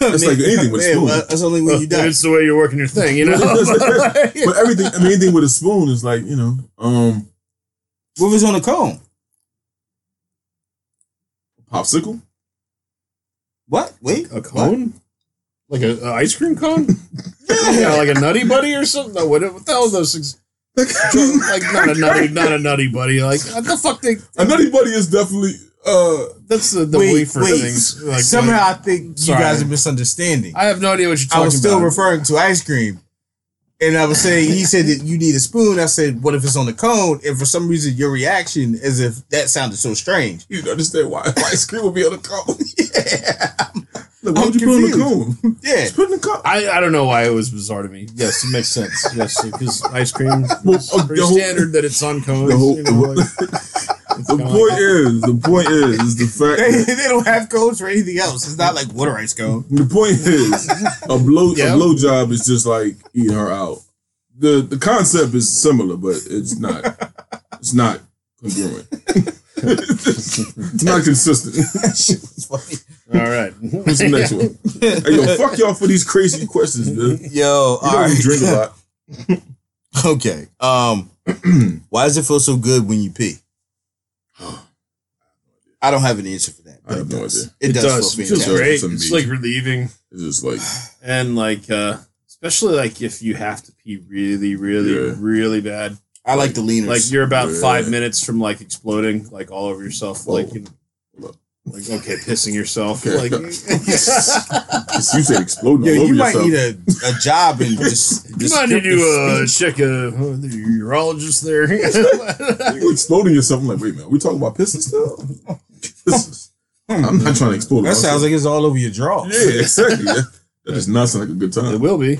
Speaker 4: That's like anything with
Speaker 3: Man,
Speaker 4: a spoon.
Speaker 3: well, That's only when you die.
Speaker 2: it's the way you're working your thing, you know.
Speaker 4: But everything I mean anything with a spoon is like, you know, um
Speaker 3: What was on the cone?
Speaker 4: popsicle?
Speaker 3: What? Wait.
Speaker 2: a cone, like a, a ice cream cone. yeah, like a nutty buddy or something. No, what, what the hell are those things? like not a nutty, not a nutty buddy. Like what the fuck? They,
Speaker 4: A nutty buddy is definitely uh
Speaker 2: that's the, the
Speaker 3: Wait,
Speaker 2: wafer
Speaker 3: wait.
Speaker 2: things. Like,
Speaker 3: Somehow I think
Speaker 2: Sorry.
Speaker 3: you guys are misunderstanding. I,
Speaker 2: I have no idea what you're talking
Speaker 3: was still
Speaker 2: about.
Speaker 3: referring to ice cream. And I was saying, he said that you need a spoon. I said, what if it's on the cone? And for some reason, your reaction is if that sounded so strange.
Speaker 4: you don't understand why ice cream would be on a cone.
Speaker 3: yeah.
Speaker 4: Like, why
Speaker 3: I'm
Speaker 4: would you put it on
Speaker 3: confused.
Speaker 4: the cone? Just put it in the cup.
Speaker 2: I, I don't know why it was bizarre to me. Yes, it makes sense. Yes, because ice cream
Speaker 4: Well,
Speaker 2: is
Speaker 4: uh,
Speaker 2: pretty
Speaker 4: the whole-
Speaker 2: standard that it's on cones.
Speaker 4: the whole-
Speaker 2: you know, like, It's
Speaker 4: The
Speaker 2: kinda
Speaker 4: point
Speaker 2: like-
Speaker 4: is, the point is, is the fact.
Speaker 3: They,
Speaker 4: That,
Speaker 3: they don't have codes for anything else. It's not like water ice code.
Speaker 4: the point is, a blow
Speaker 2: Yeah.
Speaker 4: a blow job is just like eating her out. the The concept is similar, but it's not. It's not congruent. it's not consistent.
Speaker 3: That shit was funny.
Speaker 2: all right.
Speaker 4: What's the next one? Hey, yo, fuck y'all for these crazy questions, man. You
Speaker 3: Yo, all
Speaker 4: know we
Speaker 3: right.
Speaker 4: drink a lot.
Speaker 3: Okay. Um, why does it feel so good when you pee? I don't have an answer for that.
Speaker 4: I
Speaker 3: But
Speaker 4: have
Speaker 3: it
Speaker 4: no
Speaker 3: does.
Speaker 4: idea.
Speaker 3: It, does. feel
Speaker 2: It feels
Speaker 3: fantastic.
Speaker 2: great.
Speaker 4: Some
Speaker 2: It's
Speaker 4: meat.
Speaker 2: like relieving,
Speaker 4: It's just like
Speaker 2: and like uh especially like if you have to pee really, really,
Speaker 4: Yeah.
Speaker 2: really bad.
Speaker 3: I like the leaners.
Speaker 2: Like you're about
Speaker 4: Yeah.
Speaker 2: five minutes from like exploding, like all over yourself,
Speaker 4: Whoa.
Speaker 2: like you know, like okay, pissing yourself.
Speaker 4: Okay.
Speaker 2: Like
Speaker 4: you said exploding
Speaker 3: Yo,
Speaker 4: all over
Speaker 3: you might
Speaker 4: yourself.
Speaker 3: need a, a job and just.
Speaker 2: you might need to uh, check a uh, the urologist there.
Speaker 4: you exploding yourself. I'm like, wait, man, we talking about pissing still? This is- I'm not trying to explode.
Speaker 3: that sounds like it's all over your drawers.
Speaker 4: yeah, exactly. That that does not sound like a good
Speaker 2: it
Speaker 4: time.
Speaker 2: will be.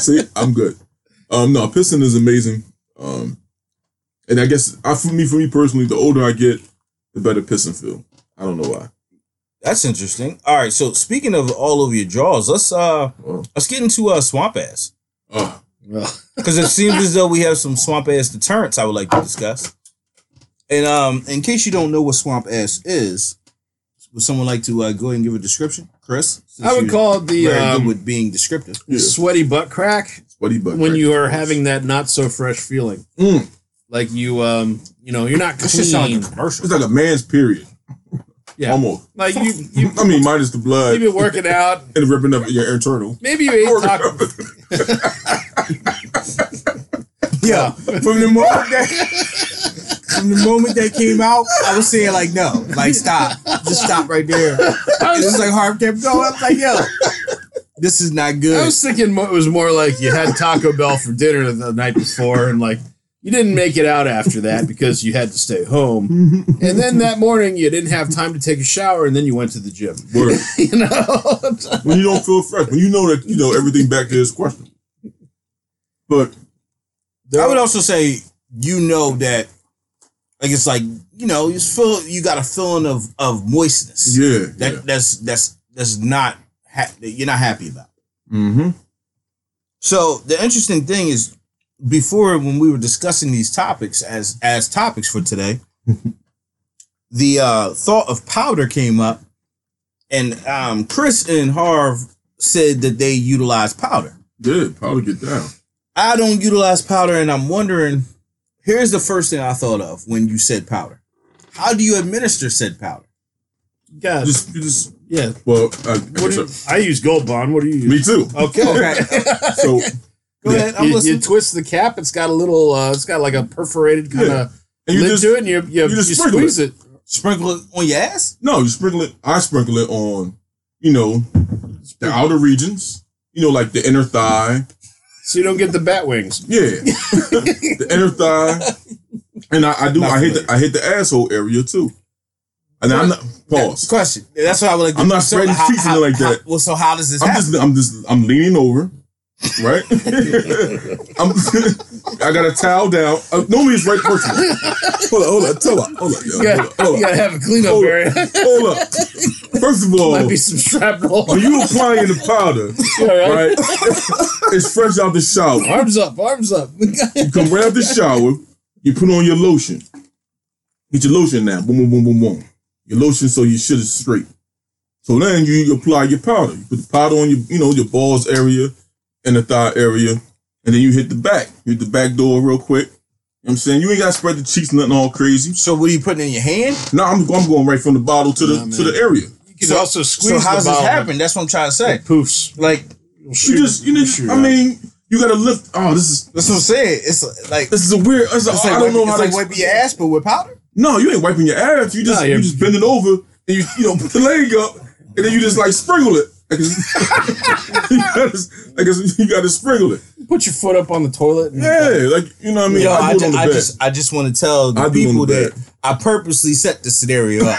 Speaker 4: See, I'm good. Um, no, pissing is amazing. Um, and I guess I, for me, for me personally, the older I get, the better pissing feel. I don't know why.
Speaker 3: That's interesting. All right. So speaking of all over your drawers, let's uh
Speaker 4: Well,
Speaker 3: let's get into uh swamp ass
Speaker 4: uh,
Speaker 2: well,
Speaker 3: because it seems as though we have some swamp ass deterrents I would like to discuss. And um, in case you don't know what swamp ass is, would someone like to uh, go ahead and give a description, Chris? Since
Speaker 2: I would
Speaker 3: you're
Speaker 2: call it the
Speaker 3: very good
Speaker 2: um,
Speaker 3: with being descriptive.
Speaker 4: yeah,
Speaker 2: sweaty butt crack
Speaker 4: sweaty butt.
Speaker 2: when
Speaker 4: crack.
Speaker 2: you are having that not so fresh feeling.
Speaker 4: Mm.
Speaker 2: Like you, um, you know, you're not
Speaker 3: That should sound
Speaker 2: clean.
Speaker 3: like a commercial.
Speaker 4: it's like a man's period.
Speaker 2: Yeah.
Speaker 4: almost.
Speaker 2: Like you, you,
Speaker 4: I mean, minus the blood
Speaker 2: you've been working out.
Speaker 4: and ripping up your internal.
Speaker 2: Maybe you ate taco.
Speaker 3: Yeah.
Speaker 4: From the moment that
Speaker 3: From the moment that came out, I was saying like, no, like stop, just stop right there. It's just like Harv kept going. I was like, yo, this is not
Speaker 2: I
Speaker 3: good.
Speaker 2: was thinking mo- it was more like you had Taco Bell for dinner the night before, and like you didn't make it out after that because you had to stay home. And then that morning you didn't have time to take a shower, and then you went to the gym.
Speaker 4: Word.
Speaker 2: You know,
Speaker 4: when you don't feel fresh, when you know that you know everything back there is questionable. But
Speaker 3: I would also say you know that like it's like you know you just feel you got a feeling of of moistness
Speaker 4: yeah,
Speaker 3: that that's that's that's not ha- that you're not happy about.
Speaker 4: Mm-hmm.
Speaker 3: So the interesting thing is before when we were discussing these topics as as topics for today, the uh, thought of powder came up, and um, Chris and Harv said that they utilize powder.
Speaker 4: yeah, probably get down.
Speaker 3: I don't utilize powder, and I'm wondering. Here's the first thing I thought of when you said powder. How do you administer said powder?
Speaker 2: God,
Speaker 4: Just, you just.
Speaker 2: yeah.
Speaker 4: Well, I, I
Speaker 2: What
Speaker 4: guess
Speaker 2: do you,
Speaker 4: I-
Speaker 2: I use Gold Bond. What do you use?
Speaker 4: me too.
Speaker 2: Okay.
Speaker 4: So
Speaker 3: Go ahead, I'm
Speaker 2: you, you
Speaker 3: listening.
Speaker 2: twist the cap. It's got a little. Uh, it's got like a perforated kind
Speaker 4: Yeah.
Speaker 2: of
Speaker 4: and you
Speaker 2: lid
Speaker 4: just
Speaker 2: to it, and you you,
Speaker 4: you just
Speaker 2: you
Speaker 4: sprinkle
Speaker 2: squeeze it.
Speaker 3: Sprinkle it on your ass.
Speaker 4: no, you sprinkle it. I sprinkle it on, you know, the outer regions. You know, like the inner thigh.
Speaker 2: so you don't get the bat wings.
Speaker 4: Yeah, the inner thigh. And I, I do.
Speaker 3: Not
Speaker 4: I hit. The,
Speaker 3: familiar.
Speaker 4: I hit the asshole area too. And I'm not pause.
Speaker 3: Question. That's what I would like. to-
Speaker 4: I'm not
Speaker 3: so
Speaker 4: spreading
Speaker 3: how-
Speaker 4: cheeks
Speaker 3: how-
Speaker 4: like that.
Speaker 3: how- well, so how does this
Speaker 4: I'm
Speaker 3: happen?
Speaker 4: just, I'm just, I'm leaning over, right? I'm, I got a towel down. Uh, normally it's right personal. Hold on, hold on, towel, hold on, yo,
Speaker 2: You
Speaker 4: hold
Speaker 2: gotta,
Speaker 4: up, hold
Speaker 2: you
Speaker 4: up,
Speaker 2: gotta have a cleanup
Speaker 4: Hold-
Speaker 2: area.
Speaker 4: hold up. First of all,
Speaker 2: Might be
Speaker 4: when
Speaker 2: some shrapnel.
Speaker 4: you applying the powder,
Speaker 2: All right.
Speaker 4: right? It's fresh out the shower.
Speaker 2: Arms up, arms up.
Speaker 4: You come right out the shower. You put on your lotion. Get your lotion now. Boom, boom, boom, boom, boom. Your lotion so your shit is straight. So then you apply your powder. You put the powder on your, you know, your balls area and the thigh area, and then you hit the back. You hit the back door real quick. You know what I'm saying? You ain't gotta spread the cheeks nothing all crazy.
Speaker 3: so what are you putting in your hand?
Speaker 4: No, I'm, I'm going right from the bottle to the
Speaker 2: Nah,
Speaker 4: to
Speaker 2: man.
Speaker 4: the area.
Speaker 2: You can
Speaker 3: So-
Speaker 2: also
Speaker 3: So
Speaker 2: squeeze
Speaker 3: how does
Speaker 2: the
Speaker 3: this
Speaker 2: bottle.
Speaker 3: happen? That's what I'm trying to say.
Speaker 2: It poofs.
Speaker 3: Like
Speaker 2: You'll
Speaker 4: You
Speaker 2: shoot
Speaker 4: just,
Speaker 2: it.
Speaker 4: you
Speaker 2: You'll
Speaker 4: just,
Speaker 2: shoot it
Speaker 4: I
Speaker 2: out.
Speaker 4: mean, you gotta lift. Oh, this is
Speaker 3: that's what I'm saying. It's like
Speaker 4: this is a weird. This is a,
Speaker 3: it's
Speaker 4: I
Speaker 3: like,
Speaker 4: don't
Speaker 3: wiping,
Speaker 4: know
Speaker 3: it's
Speaker 4: how
Speaker 3: like
Speaker 4: to
Speaker 3: wiping your ass, but with powder.
Speaker 4: No, you ain't wiping your ass. You just
Speaker 2: No, you're-
Speaker 4: you just bend it over and you you know put the leg up and then you just like sprinkle it. Like it's, you gotta, like it's, you gotta sprinkle it.
Speaker 2: put your foot up on the toilet. And
Speaker 4: Yeah, like you know what I mean.
Speaker 3: Yo,
Speaker 4: I
Speaker 3: I,
Speaker 4: do it
Speaker 3: ju-
Speaker 4: on the
Speaker 3: I
Speaker 4: bed.
Speaker 3: just, I just want to tell the
Speaker 4: I do it on
Speaker 3: people
Speaker 4: the
Speaker 3: that I purposely set the scenario up.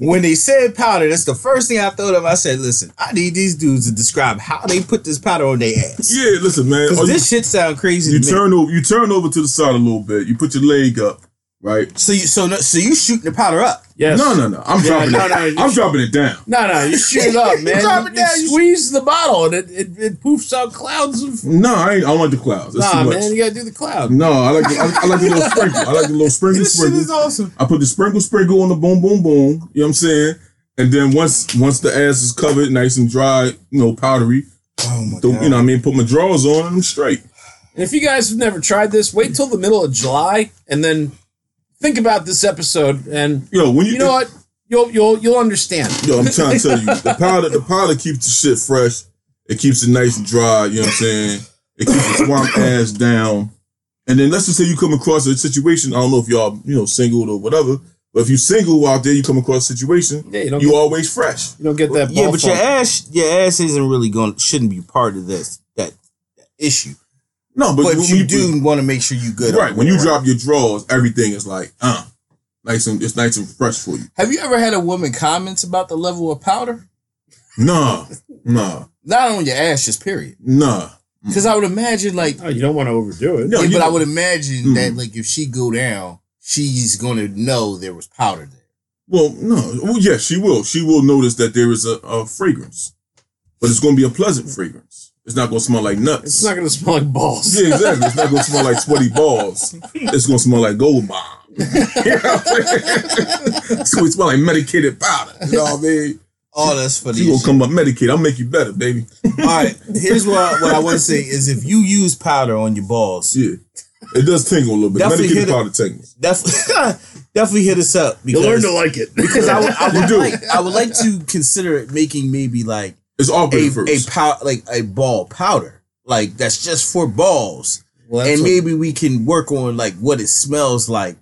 Speaker 3: when they said powder, that's the first thing I thought of. I said, "Listen, I need these dudes to describe how they put this powder on their ass."
Speaker 4: yeah, listen, man.
Speaker 3: 'Cause
Speaker 4: Oh, you-
Speaker 3: this shit sound crazy
Speaker 4: you
Speaker 3: to me.
Speaker 4: turn over, you turn over to the side a little bit. You put your leg up, right?
Speaker 3: So you so no, so you shooting the powder up.
Speaker 2: Yes.
Speaker 4: No, no, no. I'm
Speaker 2: Yeah,
Speaker 4: dropping
Speaker 2: no,
Speaker 4: it.
Speaker 2: no, you
Speaker 4: I'm dropping it down.
Speaker 2: No, no, you shoot it up, man.
Speaker 4: Drop it
Speaker 2: You-
Speaker 4: down,
Speaker 2: You
Speaker 4: you-
Speaker 2: squeeze the bottle and it, it, it poofs out clouds of.
Speaker 4: No, I ain't. I don't like the clouds. That's
Speaker 2: Nah,
Speaker 4: too much.
Speaker 2: man, you gotta do the cloud.
Speaker 4: No, I like. The, I, I like the little sprinkle. I like the little sprinkle. sprinkle.
Speaker 3: awesome.
Speaker 4: I put the sprinkle sprinkle on the boom boom boom. You know what I'm saying? And then once once the ass is covered, nice and dry, you know, powdery.
Speaker 3: Oh my
Speaker 4: The,
Speaker 3: god.
Speaker 4: you know, what I mean, put my drawers on and I'm straight.
Speaker 2: And if you guys have never tried this, wait till the middle of July and then think about this episode. And
Speaker 4: Yo, when you,
Speaker 2: you know what? You'll you'll you'll understand.
Speaker 4: Yo, I'm trying to tell you, the powder, the powder keeps the shit fresh. It keeps it nice and dry. You know what I'm saying? It keeps the swamp ass down. And then let's just say you come across a situation. I don't know if y'all, you know, single or whatever. But if you single out there, you come across a situation.
Speaker 2: Yeah, you don't
Speaker 4: you
Speaker 2: get-
Speaker 4: always fresh.
Speaker 2: You don't get that. Ball
Speaker 3: yeah, but your
Speaker 2: funk.
Speaker 3: ass your ass isn't really going to shouldn't be part of this that, that issue.
Speaker 4: No, but,
Speaker 3: But,
Speaker 4: when
Speaker 3: you do want to make sure you good.
Speaker 4: right
Speaker 3: on
Speaker 4: when
Speaker 3: it,
Speaker 4: you
Speaker 3: right?
Speaker 4: drop your drawers, everything is like uh, nice and it's nice and fresh for you.
Speaker 5: Have you ever had a woman comment about the level of powder?
Speaker 4: Nah, nah,
Speaker 5: Not on your ass, just period.
Speaker 4: nah.
Speaker 5: Because I would imagine, like,
Speaker 2: Oh, you don't want to overdo it.
Speaker 4: Mm. No,
Speaker 5: yeah,
Speaker 4: you
Speaker 5: but I
Speaker 4: don't-
Speaker 5: would imagine
Speaker 4: Mm.
Speaker 5: that, like, if she go down, she's gonna know there was powder there.
Speaker 4: Well, no. Well, yes, she will. She will notice that there is a, a fragrance, but it's going to be a pleasant fragrance. It's not going to smell like nuts.
Speaker 2: It's not gonna smell like balls.
Speaker 4: Yeah, exactly. It's not going to smell like sweaty balls. It's going to smell like gold mine. you know what I'm saying? It's going to smell like medicated powder. You know what I mean?
Speaker 3: all Oh, that's for
Speaker 4: You
Speaker 3: the
Speaker 4: gonna
Speaker 3: issue.
Speaker 4: come up medicated? I'll make you better, baby.
Speaker 3: All right, here's what I, what I want to say is if you use powder on your balls,
Speaker 4: Yeah, it does tingle a little bit.
Speaker 3: Definitely hit
Speaker 4: medicated
Speaker 3: it.
Speaker 4: powder tingles.
Speaker 3: definitely definitely hit us up
Speaker 2: You
Speaker 3: because
Speaker 2: learn to like it.
Speaker 3: because I would, I
Speaker 4: You
Speaker 3: would
Speaker 4: do.
Speaker 3: like I would like to consider it making maybe like
Speaker 4: It's all
Speaker 3: a a
Speaker 4: first.
Speaker 3: pow- like a ball powder like that's just for balls
Speaker 2: Well, that's
Speaker 3: and
Speaker 2: what-
Speaker 3: maybe we can work on like what it smells like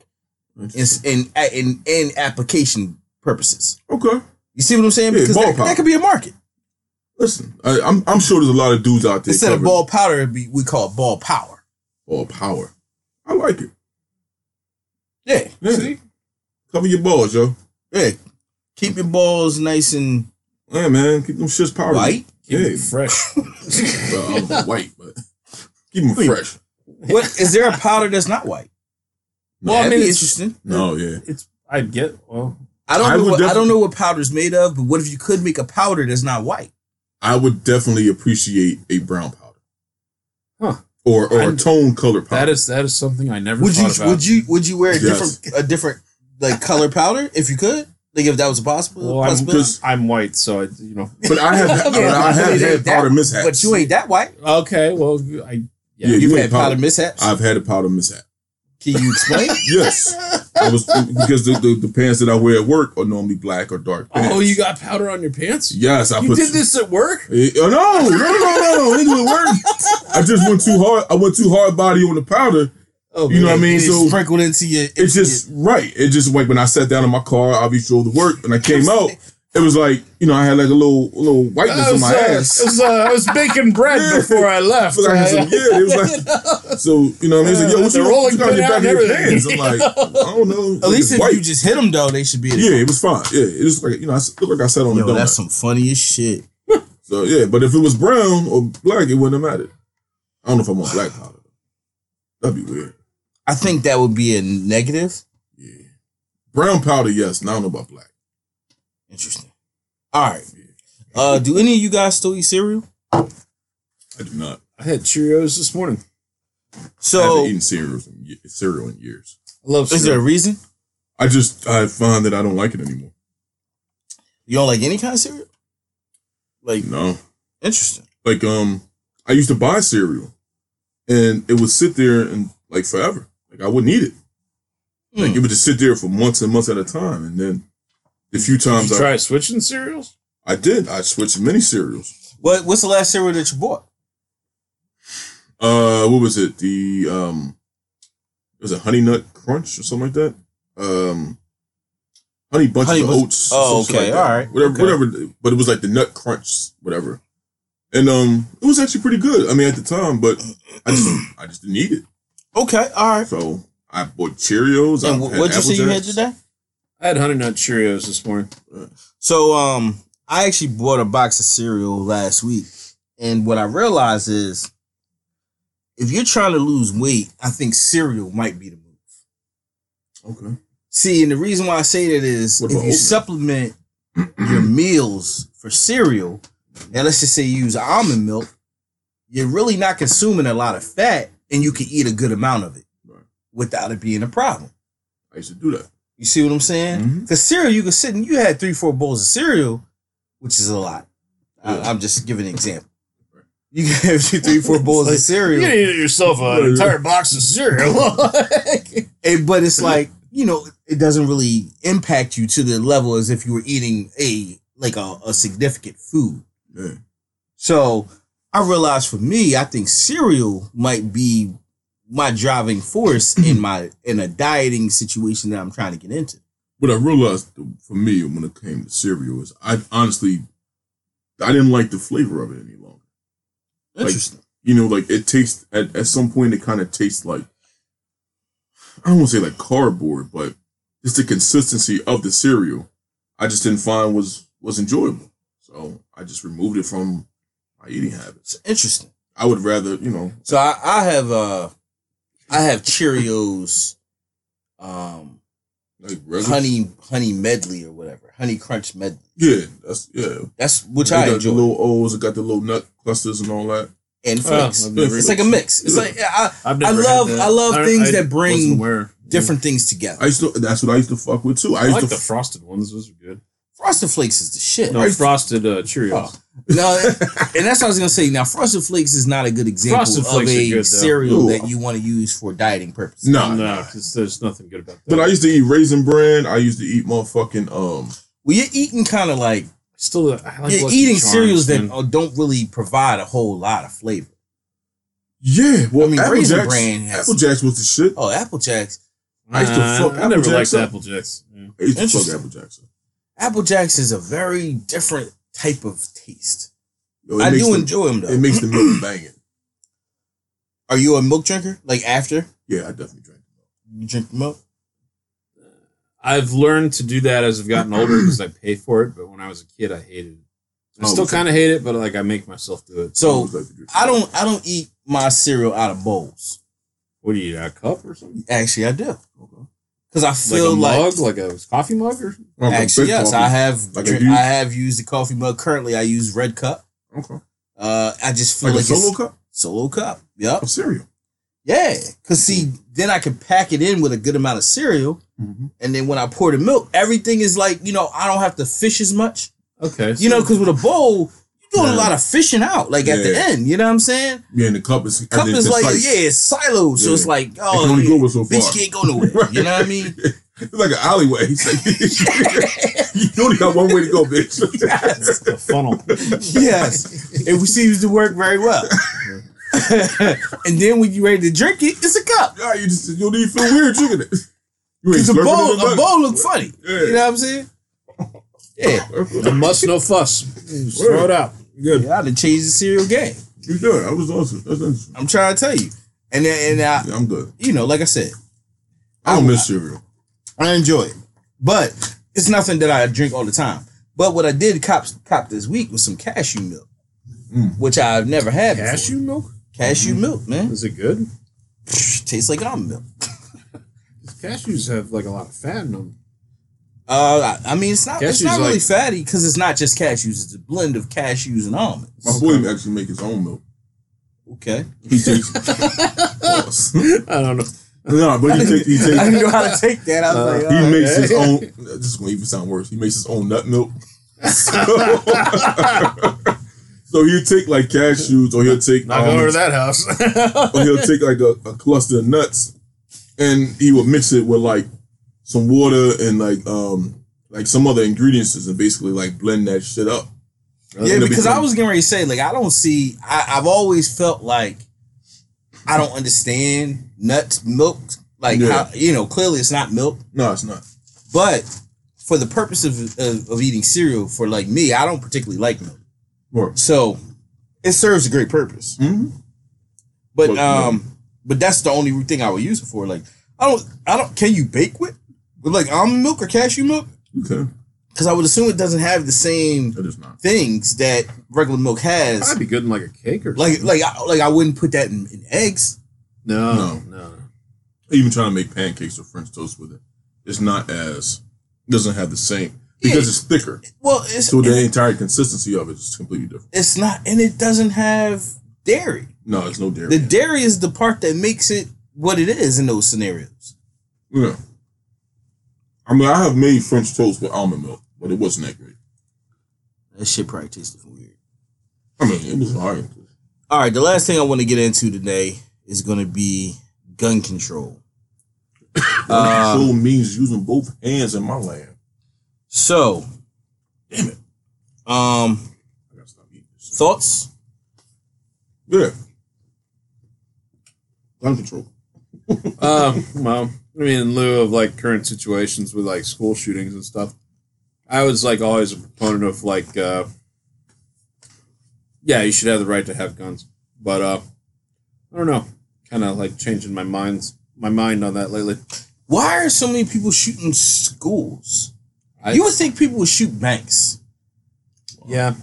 Speaker 3: in in in, in application purposes.
Speaker 4: Okay.
Speaker 3: You see what I'm saying?
Speaker 4: Yeah,
Speaker 3: Because
Speaker 4: ball
Speaker 3: that,
Speaker 4: powder.
Speaker 3: that could be a market.
Speaker 4: Listen, I, I'm I'm sure there's a lot of dudes out there.
Speaker 3: Instead
Speaker 4: covering
Speaker 3: of ball powder, it'd be, we call it ball power.
Speaker 4: ball power. I like it.
Speaker 3: Yeah,
Speaker 4: Yeah.
Speaker 2: See?
Speaker 4: Cover your balls, yo.
Speaker 3: yeah. Keep your balls nice and
Speaker 4: Yeah, man. Keep them shits powdered.
Speaker 3: white.
Speaker 4: Yeah.
Speaker 2: fresh.
Speaker 4: Well, I don't know white, but keep them fresh.
Speaker 3: What is there a powder that's not white?
Speaker 2: Well, I
Speaker 3: That'd
Speaker 2: mean,
Speaker 3: be
Speaker 2: it's,
Speaker 3: interesting.
Speaker 4: No, yeah.
Speaker 2: it's. I get. Well,
Speaker 3: I don't
Speaker 4: I
Speaker 3: know.
Speaker 4: would
Speaker 3: What, I don't
Speaker 4: definitely-
Speaker 3: know what powder's made of, but what if you could make a powder that's not white?
Speaker 4: I would definitely appreciate a brown powder.
Speaker 2: Huh.
Speaker 4: Or or a
Speaker 2: I'm-
Speaker 4: tone colored powder.
Speaker 2: that is that is something I never
Speaker 3: Would you?
Speaker 2: thought about.
Speaker 3: Would you? Would you wear a
Speaker 4: Yes.
Speaker 3: different a different like color powder if you could? Like if that was a possible.
Speaker 2: Well, I'm,
Speaker 3: possibility?
Speaker 4: just-
Speaker 2: I'm white, so I, you know.
Speaker 4: but I have
Speaker 3: Yeah,
Speaker 4: but I
Speaker 3: but
Speaker 4: have
Speaker 3: it
Speaker 4: had
Speaker 3: ain't that-
Speaker 4: powder mishaps.
Speaker 3: But you ain't that white.
Speaker 2: Okay, well, I yeah.
Speaker 4: Yeah,
Speaker 3: You've
Speaker 4: you
Speaker 3: had
Speaker 4: ain't
Speaker 3: powder,
Speaker 4: powder-
Speaker 3: mishaps.
Speaker 4: I've had a powder mishap.
Speaker 3: Can you explain?
Speaker 4: Yes. I was because the, the, the pants that I wear at work are normally black or dark pants.
Speaker 2: Oh, you got powder on your pants?
Speaker 4: Yes, I
Speaker 2: You
Speaker 4: put
Speaker 2: did this at work?
Speaker 4: Eh, Oh no, no, no, no, no! It didn't work. I just went too hard. I went too hard body on the powder.
Speaker 2: Oh,
Speaker 4: You know what I mean?
Speaker 3: It is
Speaker 4: So
Speaker 3: sprinkled into your.
Speaker 4: it's just right. It just like when I sat down in my car, obviously drove to work, and I came out. It was like you know I had like a little little whiteness
Speaker 2: I
Speaker 4: on
Speaker 2: was,
Speaker 4: my
Speaker 2: uh, I
Speaker 4: ass.
Speaker 2: was, uh, I was baking bread
Speaker 4: Yeah.
Speaker 2: before I
Speaker 4: I
Speaker 2: left.
Speaker 4: feel like I had some-
Speaker 2: I-
Speaker 4: yeah, it was like so you know what I mean. It's like, yo, what
Speaker 2: The
Speaker 4: you, what
Speaker 2: rolling
Speaker 4: you got in your
Speaker 2: pin
Speaker 4: back
Speaker 2: out
Speaker 4: of your
Speaker 2: and
Speaker 4: pants? I'm like, I don't know.
Speaker 3: At least if
Speaker 4: white.
Speaker 3: you just hit them though, they should be. in-
Speaker 4: yeah, it was fine. Yeah, it was like you know I s- looked like I sat on a
Speaker 3: Yo,
Speaker 4: donut.
Speaker 3: that's some funniest shit.
Speaker 4: so yeah, but if it was brown or black, it wouldn't have mattered. I don't know if I'm on black powder. That'd be weird.
Speaker 3: I think that would be a negative.
Speaker 4: Yeah. Brown powder, yes. Now I don't know about black.
Speaker 3: Interesting. All right. Uh, do any of you guys still eat cereal?
Speaker 4: I do not.
Speaker 2: I had Cheerios this morning.
Speaker 4: I haven't
Speaker 3: So
Speaker 4: eaten cereals in ye- cereal in years.
Speaker 2: I love
Speaker 3: is there a
Speaker 2: cereal.
Speaker 3: reason
Speaker 4: I just I find that I don't like it anymore.
Speaker 3: you don't like any kind of cereal? Like
Speaker 4: No,
Speaker 3: interesting.
Speaker 4: like um, I used to buy cereal, and it would sit there and like forever. Like I wouldn't eat it.
Speaker 2: Hmm.
Speaker 4: Like it would just sit there for months and months at a time, and then the few
Speaker 2: Did
Speaker 4: times
Speaker 2: you
Speaker 4: I,
Speaker 2: try switching cereals?
Speaker 4: I did, I switched many cereals.
Speaker 3: What What's the last cereal that you bought?
Speaker 4: Uh, what was it? The um, was it Honey Nut Crunch or something like that? Um, Honey Bunch
Speaker 3: Honey
Speaker 4: of
Speaker 3: Bunch-
Speaker 4: Oats.
Speaker 3: Oh,
Speaker 4: something
Speaker 3: okay,
Speaker 4: like that.
Speaker 3: all right,
Speaker 4: whatever,
Speaker 3: okay.
Speaker 4: whatever. But it was like the Nut Crunch, whatever. And um, it was actually pretty good. I mean, at the time, but I just I just didn't eat it.
Speaker 3: Okay, all right.
Speaker 4: So I bought Cheerios.
Speaker 3: And
Speaker 4: I
Speaker 3: wh- what'd you say you had today?
Speaker 2: I had Honey Nut Cheerios this morning.
Speaker 3: So um, I actually bought a box of cereal last week, and what I realized is, if you're trying to lose weight, I think cereal might be the move.
Speaker 4: Okay.
Speaker 3: See, and the reason why I say that is
Speaker 4: What
Speaker 3: if you
Speaker 4: about oatmeal?
Speaker 3: supplement your meals for cereal, and let's just say you use almond milk, you're really not consuming a lot of fat, and you can eat a good amount of it
Speaker 4: Right.
Speaker 3: without it being a problem.
Speaker 4: I used to do that.
Speaker 3: You see what I'm saying?
Speaker 4: Mhm.
Speaker 3: Because cereal, you can sit and you had three, four bowls of cereal, which is a lot. I, I'm just giving an example. You can have three, four bowls of cereal.
Speaker 5: eat yourself an entire box of cereal.
Speaker 3: It- but it's like you know, it doesn't really impact you to the level as if you were eating a like a, a significant food.
Speaker 4: Yeah.
Speaker 3: So I realized for me, I think cereal might be my driving force in my in a dieting situation that I'm trying to get into.
Speaker 4: What I realized th- for me when it came to cereal is I honestly I didn't like the flavor of it any longer.
Speaker 3: Interesting.
Speaker 4: You know, like it tastes at, at some point it kind of tastes like I don't want to say like cardboard, but just the consistency of the cereal I just didn't find was was enjoyable. So I just removed it from my eating habits.
Speaker 3: It's interesting.
Speaker 4: I would rather, you know,
Speaker 3: So I, I have uh I have Cheerios um
Speaker 4: like regular-
Speaker 3: honey honey medley or whatever. Honey crunch medley.
Speaker 4: Yeah, that's yeah.
Speaker 3: That's which
Speaker 4: They
Speaker 3: I
Speaker 4: got
Speaker 3: enjoy.
Speaker 4: the little O's, it got the little nut clusters and all that.
Speaker 2: Ah,
Speaker 3: and flakes.
Speaker 2: I've
Speaker 4: never-
Speaker 3: it's like a mix. It's like I,
Speaker 2: I've
Speaker 3: I
Speaker 2: had
Speaker 3: love-
Speaker 2: that.
Speaker 3: I love
Speaker 2: don't-
Speaker 3: things
Speaker 2: I
Speaker 3: that bring
Speaker 2: wasn't aware.
Speaker 3: different things together.
Speaker 4: I used to. That's what I used to fuck with too. I
Speaker 2: I
Speaker 4: used
Speaker 2: like
Speaker 4: to.
Speaker 2: the frosted ones. Those are good.
Speaker 3: Frosted flakes is the shit.
Speaker 2: No, frosted uh, Cheerios.
Speaker 3: Oh, No, and that's what I was gonna say. Now, Frosted Flakes is not a good example
Speaker 2: Frosted
Speaker 3: of
Speaker 2: Flakes are
Speaker 3: a
Speaker 2: good, though.
Speaker 3: cereal
Speaker 4: Ooh.
Speaker 3: that you want to use for dieting purposes.
Speaker 4: nah,
Speaker 2: no,
Speaker 4: nah.
Speaker 2: 'cause there's nothing good about that.
Speaker 4: But I used to eat raisin bran. I used to eat motherfucking um.
Speaker 3: Well, you're eating kind of like
Speaker 2: still uh, I like
Speaker 3: you're
Speaker 2: Lucky
Speaker 3: eating
Speaker 2: Charms,
Speaker 3: cereals that
Speaker 2: man.
Speaker 3: uh, don't really provide a whole lot of flavor.
Speaker 4: Yeah, well,
Speaker 3: I mean,
Speaker 4: Apple
Speaker 3: Raisin
Speaker 4: Jacks.
Speaker 3: Bran has-
Speaker 4: Apple Jacks was the shit.
Speaker 3: Oh, Apple Jacks!
Speaker 4: I used to
Speaker 2: Nah,
Speaker 4: fuck
Speaker 2: I never
Speaker 4: Apple
Speaker 2: liked
Speaker 4: Jacks up.
Speaker 2: Apple Jacks. Yeah.
Speaker 4: I used to fuck
Speaker 3: Interesting.
Speaker 4: Apple Jacks. up.
Speaker 3: Apple Jacks is a very different type of taste.
Speaker 4: Yo, it
Speaker 3: I
Speaker 4: makes
Speaker 3: do
Speaker 4: the,
Speaker 3: enjoy them though.
Speaker 4: It makes the milk banging.
Speaker 3: Are you a milk drinker? Like after
Speaker 4: Yeah, I definitely drink.
Speaker 3: you drink milk?
Speaker 2: I've learned to do that as I've gotten older because I pay for it. But when I was a kid, I hated it. I
Speaker 4: Oh,
Speaker 2: still
Speaker 4: okay.
Speaker 2: kind of hate it, but like I make myself do it.
Speaker 3: So
Speaker 4: always like to drink
Speaker 3: I don't. I don't eat my cereal out of bowls.
Speaker 2: What do you eat? A cup or something?
Speaker 3: Actually, I do. Because I
Speaker 2: Like a
Speaker 3: feel like,
Speaker 2: mug, like a coffee mug, or something?
Speaker 4: Like a
Speaker 3: actually
Speaker 4: big
Speaker 3: yes,
Speaker 4: coffee.
Speaker 3: I have
Speaker 4: Like a
Speaker 3: drink,
Speaker 4: huge-
Speaker 3: I have used the coffee mug. Currently, I use Red Cup.
Speaker 4: Okay.
Speaker 3: Uh, I just feel
Speaker 4: Like
Speaker 3: like,
Speaker 4: a solo
Speaker 3: it's
Speaker 4: cup
Speaker 3: solo cup. Yep.
Speaker 4: of cereal.
Speaker 3: Yeah. Cause see, then I can pack it in with a good amount of cereal,
Speaker 4: Mhm.
Speaker 3: and then when I pour the milk, everything is like you know I don't have to fish as much.
Speaker 2: Okay.
Speaker 3: You know, because with a bowl. You're doing
Speaker 2: Yeah.
Speaker 3: a lot of fishing out, like at the
Speaker 4: Yeah.
Speaker 3: end. You know what I'm saying?
Speaker 4: Yeah, and the cup is.
Speaker 3: Cup
Speaker 4: and it's
Speaker 3: is like,
Speaker 4: concise.
Speaker 3: yeah, it's siloed, so
Speaker 4: Yeah.
Speaker 3: it's like,
Speaker 4: It
Speaker 3: oh,
Speaker 4: can only
Speaker 3: yeah,
Speaker 4: go with so far.
Speaker 3: bitch can't go nowhere. You know what I mean?
Speaker 4: It's like an alleyway. It's like- you only got one way to go, bitch.
Speaker 2: It's a funnel.
Speaker 3: yes, it seems to work very well. and then when you ready to drink it, it's a cup.
Speaker 4: Yeah, you just you don't even feel weird drinking it. You
Speaker 3: It's a
Speaker 4: slurping
Speaker 3: bowl.
Speaker 4: it
Speaker 3: A bowl look funny. You know what I'm saying? Yeah,
Speaker 4: nothing.
Speaker 2: No muss, no fuss. Just throw it out.
Speaker 4: Good.
Speaker 3: yeah. I done changed the cereal game.
Speaker 4: You good. I was awesome. That's interesting.
Speaker 3: I'm trying to tell you. And then, and I,
Speaker 4: Yeah, I'm good.
Speaker 3: you know, like I said,
Speaker 4: I don't miss cereal.
Speaker 5: I enjoy it.
Speaker 3: but it's nothing that I drink all the time. But what I did cop cop this week was some cashew milk,
Speaker 4: Mm.
Speaker 3: which I've never had. before.
Speaker 2: Cashew milk?
Speaker 3: cashew milk, man,
Speaker 2: Is it good?
Speaker 3: tastes like almond milk.
Speaker 2: 'Cause Cashews have like a lot of fat in them.
Speaker 3: Uh, I I mean, it's not. it's
Speaker 2: Cashews
Speaker 3: not really
Speaker 2: like-
Speaker 3: fatty because it's not just cashews. It's a blend of cashews and almonds.
Speaker 4: My boy actually make his own milk.
Speaker 3: Okay,
Speaker 4: He takes. Pause.
Speaker 2: I don't know.
Speaker 4: no, but he takes. He,
Speaker 3: I
Speaker 4: takes,
Speaker 3: didn't know how to take that. I was like,
Speaker 4: he
Speaker 3: oh,
Speaker 4: makes his
Speaker 2: Okay.
Speaker 4: own. This is gonna even sound worse. He makes his own nut milk. so he'll take like cashews, or he'll take
Speaker 5: Not going
Speaker 4: almonds,
Speaker 5: over to that house.
Speaker 4: or he'll take like a, a cluster of nuts and he will mix it with like some water and like um like some other ingredients and basically like blend that shit up.
Speaker 3: yeah,
Speaker 4: It'll
Speaker 3: because I
Speaker 4: become-
Speaker 3: was getting ready to say, like, I don't see. I, I've always felt like I don't understand nuts, milk. Like,
Speaker 4: Yeah.
Speaker 3: how, you know, clearly it's not milk,
Speaker 4: No, it's not.
Speaker 3: but for the purpose of, of of eating cereal, for like me, I don't particularly like milk,
Speaker 4: Or,
Speaker 3: so it serves a great purpose.
Speaker 4: Mhm.
Speaker 3: But
Speaker 4: But, yeah.
Speaker 3: um, but that's the only thing I would use it for. Like, I don't, I don't. Can you bake with with like almond milk or cashew milk?
Speaker 4: okay.
Speaker 3: Because I would assume it doesn't have the same
Speaker 4: It is not.
Speaker 3: things that regular milk has.
Speaker 2: That'd be good in like a cake or
Speaker 3: Like, like, I, like I wouldn't put that in, in eggs.
Speaker 2: No,
Speaker 4: No.
Speaker 2: no.
Speaker 4: Even trying to make pancakes or French toast with it. it's not as doesn't have the same because
Speaker 3: Yeah.
Speaker 4: it's thicker.
Speaker 3: Well, it's
Speaker 4: So the entire consistency of it is completely different.
Speaker 3: it's not, and it doesn't have dairy.
Speaker 4: No, it's no dairy.
Speaker 3: The dairy is the part that makes it what it is in those scenarios.
Speaker 4: yeah. I mean, I have made French toast with almond milk, but it wasn't that great.
Speaker 3: That shit probably tasted weird.
Speaker 4: I mean, it was alright.
Speaker 3: All right, the last thing I want to get into today is going to be gun control. Uh,
Speaker 4: Control means using both hands in my land.
Speaker 3: So,
Speaker 4: Damn it!
Speaker 3: um,
Speaker 4: I gotta stop eating this.
Speaker 3: thoughts?
Speaker 4: Yeah. Gun control.
Speaker 2: Um, well, I mean, in lieu of like current situations with like school shootings and stuff, I was like always a proponent of like, uh, yeah, you should have the right to have guns, but uh, I don't know, kind of like changing my minds, my mind on that lately.
Speaker 3: Why are so many people shooting schools?
Speaker 2: I-
Speaker 3: you would think people would shoot banks Uh,
Speaker 2: Yeah,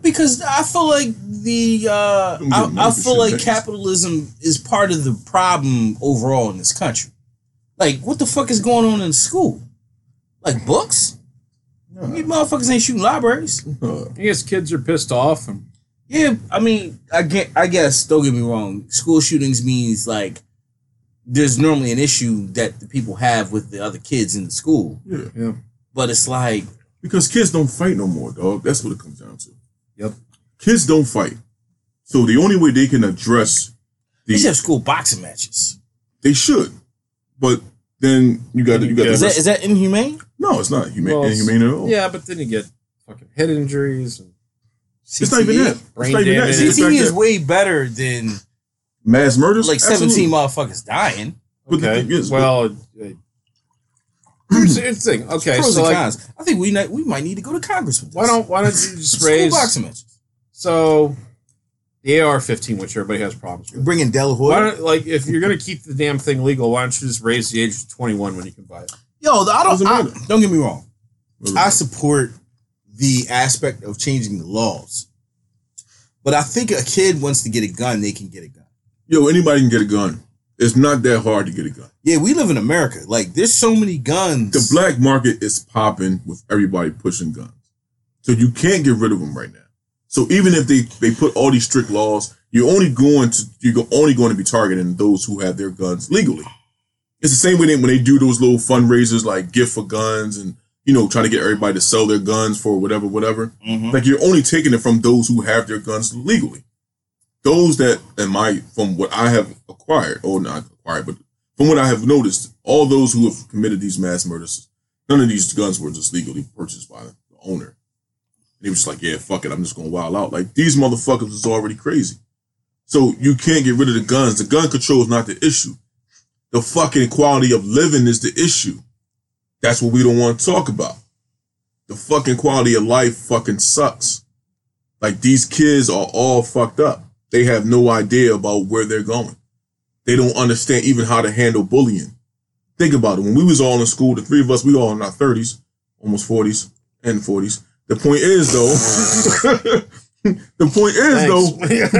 Speaker 3: because I feel like the uh,
Speaker 4: You
Speaker 3: I,
Speaker 4: can
Speaker 3: I
Speaker 4: make the
Speaker 3: feel
Speaker 4: shit
Speaker 3: like
Speaker 4: banks.
Speaker 3: capitalism is part of the problem overall in this country. Like, what the fuck is going on in school? Like books? You motherfuckers ain't shooting libraries.
Speaker 4: Uh,
Speaker 2: I guess kids are pissed off, and
Speaker 3: Yeah, I mean, I get, I guess. Don't get me wrong. School shootings means like there's normally an issue that the people have with the other kids in the school,
Speaker 4: yeah.
Speaker 3: but it's like
Speaker 4: Because kids don't fight no more, dog. That's what it comes down to.
Speaker 2: Yep.
Speaker 4: Kids don't fight. So the only way they can address
Speaker 3: they
Speaker 4: the
Speaker 3: should have school boxing matches.
Speaker 4: they should. But then you got to you got
Speaker 2: Yeah.
Speaker 4: to
Speaker 3: Is that is that inhumane?
Speaker 4: No, it's not humane
Speaker 2: Well,
Speaker 4: inhumane at all.
Speaker 2: yeah, but then you get fucking head injuries and
Speaker 4: It's not even
Speaker 3: E?
Speaker 4: that. It's
Speaker 2: brain
Speaker 4: not even that.
Speaker 2: damage.
Speaker 4: It's just the
Speaker 3: CTE
Speaker 4: fact
Speaker 3: E is
Speaker 4: that
Speaker 3: way better than
Speaker 4: mass murders.
Speaker 3: like
Speaker 4: Absolutely.
Speaker 3: seventeen motherfuckers dying.
Speaker 4: But the
Speaker 2: okay,
Speaker 4: thing is-
Speaker 2: well, uh, here's, here's the thing. Okay,
Speaker 3: Pros
Speaker 2: so
Speaker 3: and
Speaker 2: like,
Speaker 3: cons. I think we not, we might need to go to Congress with this.
Speaker 2: why don't why don't you just
Speaker 3: school
Speaker 2: raise
Speaker 3: boxing matches?
Speaker 2: So the AR-15, which everybody has problems with.
Speaker 5: Bringing
Speaker 2: Why
Speaker 5: Delahoy.
Speaker 2: don't, like if you're gonna keep the damn thing legal, why don't you just raise the age to 21 when you can buy it?
Speaker 3: Yo, I don't.
Speaker 4: Doesn't
Speaker 3: I,
Speaker 4: matter.
Speaker 3: don't get me wrong.
Speaker 5: I support the aspect of changing the laws.
Speaker 3: But I think a kid wants to get a gun, they can get a gun.
Speaker 4: Yo, anybody can get a gun. It's not that hard to get a gun.
Speaker 3: Yeah, we live in America. Like, there's so many guns.
Speaker 4: The black market is popping with everybody pushing guns. So you can't get rid of them right now. So even if they, they put all these strict laws, you're only going to you're only going to be targeting those who have their guns legally. It's the same way they, when they do those little fundraisers like gift for guns and you know trying to get everybody to sell their guns for whatever whatever.
Speaker 3: Mhm.
Speaker 4: Like you're only taking it from those who have their guns legally. Those that in my from what I have acquired or not acquired, but from what I have noticed, all those who have committed these mass murders, none of these guns were just legally purchased by the owner. And he was just like, yeah, fuck it. I'm just going to wild out. Like, these motherfuckers is already crazy. So you can't get rid of the guns. The gun control is not the issue. The fucking quality of living is the issue. That's what we don't want to talk about. The fucking quality of life fucking sucks. Like, these kids are all fucked up. They have no idea about where they're going. They don't understand even how to handle bullying. Think about it. When we was all in school, the three of us, we all in our 30s, almost 40s, and 40s. The point is, though, the point is,